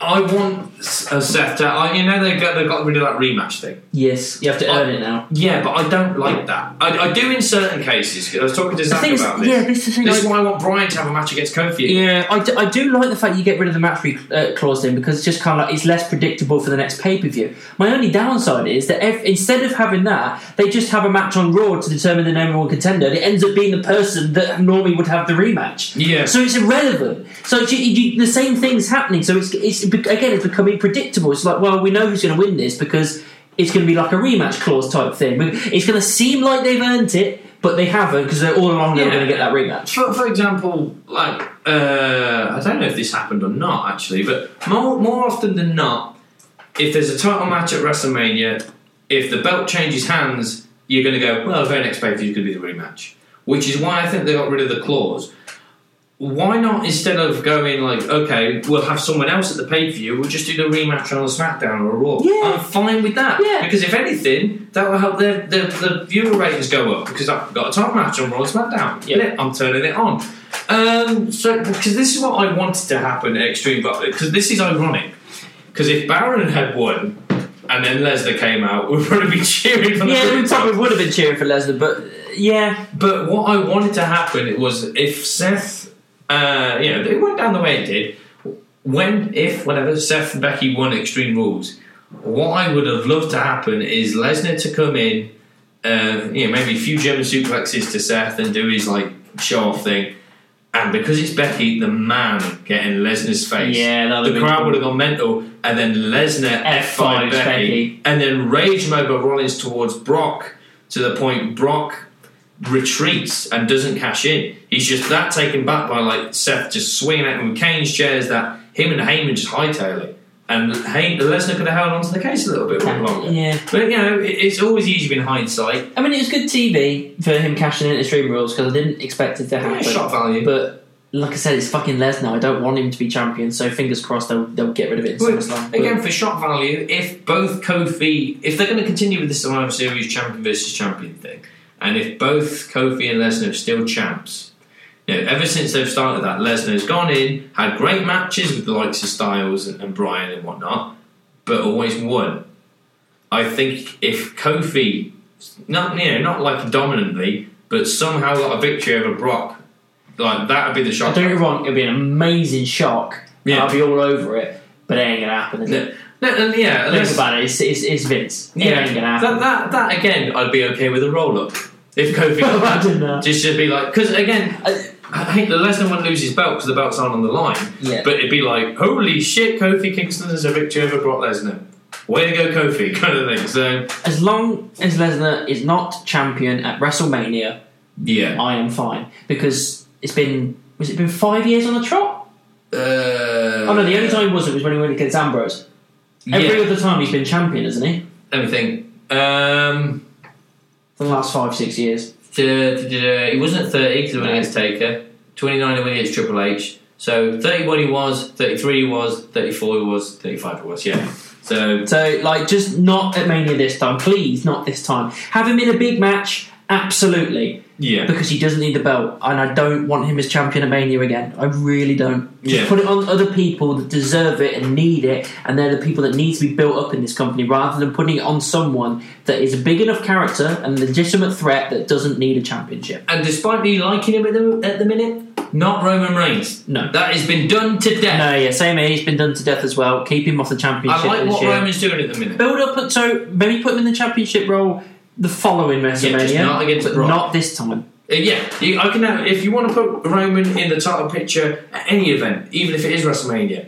S2: I want S- uh, Seth to. I, you know they got they got rid of that rematch thing.
S1: Yes, you have to
S2: I-
S1: earn it now.
S2: Yeah, but I don't like that. I, I do in certain cases. 'cause I was talking to
S1: The
S2: Zach
S1: thing is,
S2: about this.
S1: yeah, this is the thing.
S2: This
S1: I-
S2: is why I want Brian to have a match against Kofi.
S1: yeah, I do, I do like the fact you get rid of the match re- uh, clause then because it's just kind of like it's less predictable for the next pay per view. My only downside is that if, instead of having that, they just have a match on Raw to determine the number one contender, and it ends up being the person that normally would have the rematch.
S2: Yeah.
S1: So it's irrelevant. So it's, you, you, the same thing's happening. So it's, it's be- again, it's becoming predictable. It's like, well, we know who's going to win this because it's going to be like a rematch clause type thing. We- It's going to seem like they've earned it, but they haven't because they're all along they're
S2: Yeah.
S1: going to get that rematch.
S2: For, for example, like uh, I don't know if this happened or not actually, but more more often than not, if there's a title match at WrestleMania, if the belt changes hands, you're going to go well. The very next pay per view is going to be the rematch, which is why I think they got rid of the clause. Why not instead of going like okay, we'll have someone else at the pay per view, we'll just do the rematch on a SmackDown or a Raw.
S1: Yeah.
S2: I'm fine with that
S1: Yeah.
S2: because if anything, that will help the, the, the viewer ratings go up because I've got a title match on Raw and SmackDown.
S1: Yeah.
S2: Yeah, I'm turning it on. Um, so because this is what I wanted to happen at Extreme, but because this is ironic. Because if Baron had won and then Lesnar came out, we'd probably be cheering for the
S1: Yeah, we
S2: Brits.
S1: probably would have been cheering for Lesnar, but uh, yeah,
S2: But what I wanted to happen was if Seth, uh, you know, it went down the way it did. When, if, whenever Seth and Becky won Extreme Rules, what I would have loved to happen is Lesnar to come in, um, uh, you know, maybe a few German suplexes to Seth and do his like show off thing, And because it's Becky, the man getting Lesnar's face,
S3: Yeah, that would've
S2: the
S3: been
S2: crowd
S3: cool.
S2: would have gone mental. And then Lesnar F5
S3: F5
S2: Becky,
S3: Becky.
S2: and then rage mode by Rollins towards Brock to the point Brock retreats and doesn't cash in. He's just that taken back by like Seth just swinging at him with Kane's chairs that him and Heyman just hightailing. And Hey Lesnar could have held on to the case a little bit longer.
S1: Yeah.
S2: But you know, it, it's always easy in hindsight.
S1: I mean, it was good TV for him cashing in at Extreme Rules because I didn't expect it to
S2: Yeah,
S1: happen.
S2: shot value.
S1: But like I said, it's fucking Lesnar. I don't want him to be champion, so fingers crossed they'll, they'll get rid of it in
S2: Well,
S1: SummerSlam. But-
S2: Again, for shot value, if both Kofi, if they're going to continue with the Survivor Series champion versus champion thing, and if both Kofi and Lesnar are still champs, you know, ever since they've started that, Lesnar's gone in, had great matches with the likes of Styles and, and Bryan and whatnot, but always won. I think if Kofi, not you know, not like dominantly, but somehow got a victory over Brock, like that would be the shot.
S1: don't get me wrong, it'd be an amazing shock.
S2: Yeah.
S1: Yeah. I'll be all over it, but it ain't gonna happen. Is it?
S2: No, no, yeah,
S1: Think
S2: unless-
S1: about it. It's, it's, it's Vince. It ain't gonna happen.
S2: that, that, that again, I'd be okay with a roll up if Kofi got
S1: I don't know.
S2: that. Just to be like, because again,
S1: I-
S2: I think the Lesnar wouldn't lose his belt because the belt's aren't on the line.
S1: Yeah.
S2: But it'd be like, holy shit, Kofi Kingston is a victory over Brock Lesnar. Way to go, Kofi, kind of thing. So
S1: as long as Lesnar is not champion at WrestleMania,
S2: yeah,
S1: I am fine because it's been was it been five years on the trot?
S2: uh,
S1: Oh no, the only time he wasn't was when he went against Ambrose. Every other time he's been champion, isn't he?
S2: let me think. Um,
S1: For the last five six years.
S2: da- da- da- da. he wasn't thirty because he went
S1: No.
S2: against Taker. Twenty nine when he hits Triple H. So thirty-one he was, thirty-three he was, thirty-four he was, thirty-five he was. Yeah. So
S1: So like, just not at Mania this time, please, not this time. Have him in a big match, absolutely,
S2: yeah.
S1: because he doesn't need the belt, and I don't want him as champion at Mania again. I really don't. Just
S2: Yeah.
S1: put it on other people that deserve it and need it, and they're the people that need to be built up in this company, rather than putting it on someone that is a big enough character and legitimate threat that doesn't need a championship.
S2: And despite me liking him at the, at the minute, not Roman Reigns.
S1: No.
S2: That has been done to death.
S1: No, yeah, same. here, He's been done to death as well. Keep him off the championship.
S2: I like
S1: this
S2: what
S1: year.
S2: Roman's doing at the minute. Uh,
S1: build up so maybe put him in the championship role the following WrestleMania,
S2: just not against
S1: but
S2: Brock.
S1: not this time.
S2: Uh, yeah, you, I can have, if you want to put Roman in the title picture at any event, even if it is WrestleMania,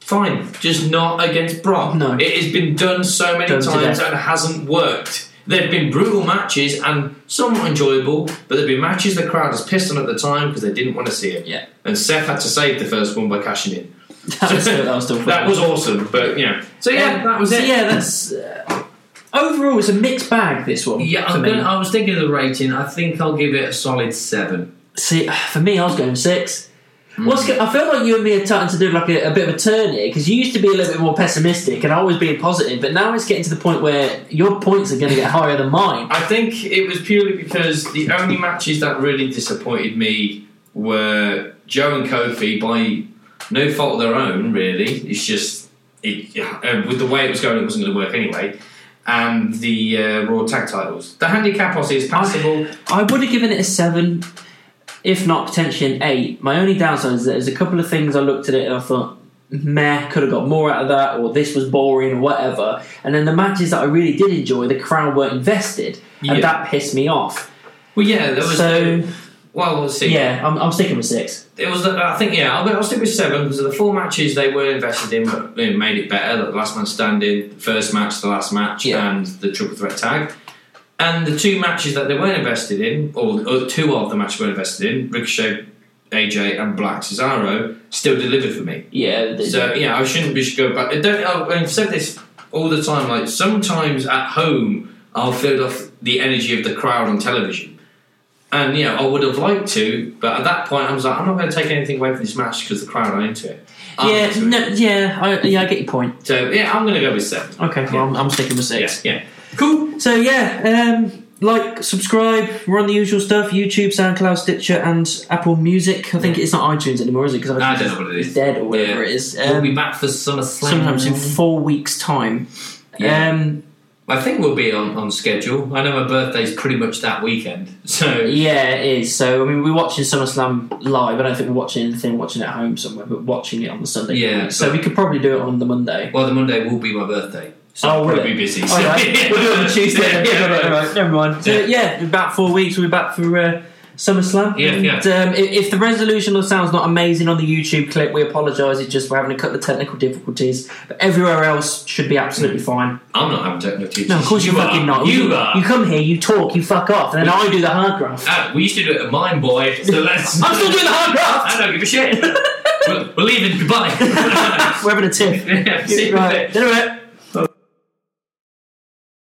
S2: fine. Just not against Brock.
S1: No.
S2: It has been done so many
S1: Done to
S2: times
S1: death.
S2: and hasn't worked. There have been brutal matches and somewhat enjoyable, but there have been matches the crowd was pissed on at the time because they didn't want to see it.
S1: Yeah.
S2: And Seth had to save the first one by cashing in.
S1: That was, that was still
S2: That was awesome, but you know. So yeah, that was
S1: Um, so
S2: it.
S1: Yeah, that's uh, overall it's a mixed bag. This one,
S2: Yeah,
S1: for
S2: I'm
S1: me.
S2: gonna, I was thinking of the rating. I think I'll give it a solid seven.
S1: See, for me, I was going six.
S2: Hmm.
S1: What's go- I feel like you and me are starting to do like a, a bit of a turn here because you used to be a little bit more pessimistic and always being positive, but now it's getting to the point where your points are going to get higher than mine.
S2: I think it was purely because the only matches that really disappointed me were Joe and Kofi by no fault of their own. Really, it's just it uh, with the way it was going, it wasn't going to work anyway. And the uh, Raw tag titles. The handicap obviously is passable.
S1: I would have given it a seven, if not potentially an eight. My only downside is that there's a couple of things I looked at it and I thought, meh, could have got more out of that, or this was boring, or whatever. And then the matches that I really did enjoy, the crowd weren't invested,
S2: Yeah.
S1: and that pissed me off.
S2: Well, yeah, there was.
S1: So
S2: well, let's see.
S1: yeah, I'm, I'm sticking with six.
S2: It was, the, I think, yeah, I'll, go- I'll stick with seven because the four matches they were invested in but they made it better. The last man standing, the first match, the last match,
S1: Yeah.
S2: and the triple threat tag. And the two matches that they weren't invested in, or, or two of the matches weren't invested in, Ricochet, AJ, and Black Cesaro, still delivered for me.
S1: Yeah, th-
S2: So, yeah, I shouldn't be should go back. I don't, I- I've said this all the time, like, sometimes at home, I'll feel off the energy of the crowd on television. And yeah, I would have liked to, but at that point, I was like, I'm not going to take anything away from this match because the crowd are into it. I'm
S1: yeah,
S2: into it.
S1: no, yeah, I, yeah. I get your point.
S2: So yeah, I'm going to go with seven.
S1: Okay, well, I'm, I'm sticking with
S2: Yes,
S1: six.
S2: yeah.
S1: Cool. So yeah, um, like, subscribe. We're on the usual stuff: YouTube, SoundCloud, Stitcher, and Apple Music. I think it's not iTunes anymore, is it? Because
S2: I don't know what it
S1: It's
S2: is.
S1: dead or whatever
S2: Yeah.
S1: it is.
S2: we'll
S1: Um,
S2: be back for SummerSlam.
S1: sometimes in four weeks' time.
S2: Yeah.
S1: Um,
S2: I think we'll be on, on schedule. I know my birthday's pretty much that weekend, so
S1: yeah, it is. So I mean, we're watching SummerSlam live. I don't think we're watching anything. We're watching it at home somewhere, but watching it on the Sunday.
S2: Yeah,
S1: So
S2: but-
S1: we could probably do it on the Monday.
S2: well, the Monday will be my birthday, so
S1: Oh,
S2: I'll
S1: will
S2: probably
S1: it?
S2: be busy.
S1: All right, we'll do it on Tuesday.
S2: Yeah,
S1: then.
S2: yeah,
S1: All right, all right, never mind. So,
S2: Yeah.
S1: yeah, in about four weeks, we'll be back for uh, SummerSlam.
S2: Yeah,
S1: and,
S2: yeah.
S1: Um, i- if, the resolution or sound's not amazing on the YouTube clip, we apologise. It's just we're having a couple of technical difficulties. But everywhere else should be absolutely fine.
S2: I'm not having techno teachers.
S1: No, of course
S2: you
S1: you're fucking
S2: are.
S1: not.
S2: You are.
S1: You come here, you talk, you fuck off, and then I do the hard graft.
S2: Ah, we used to do it at Mind Boy, so let's.
S1: I'm still doing the hard graft.
S2: I don't give a shit. we're, we're leaving. Goodbye.
S1: We're having a tiff.
S2: yeah, see you in a
S1: right,
S2: bit.
S1: do it.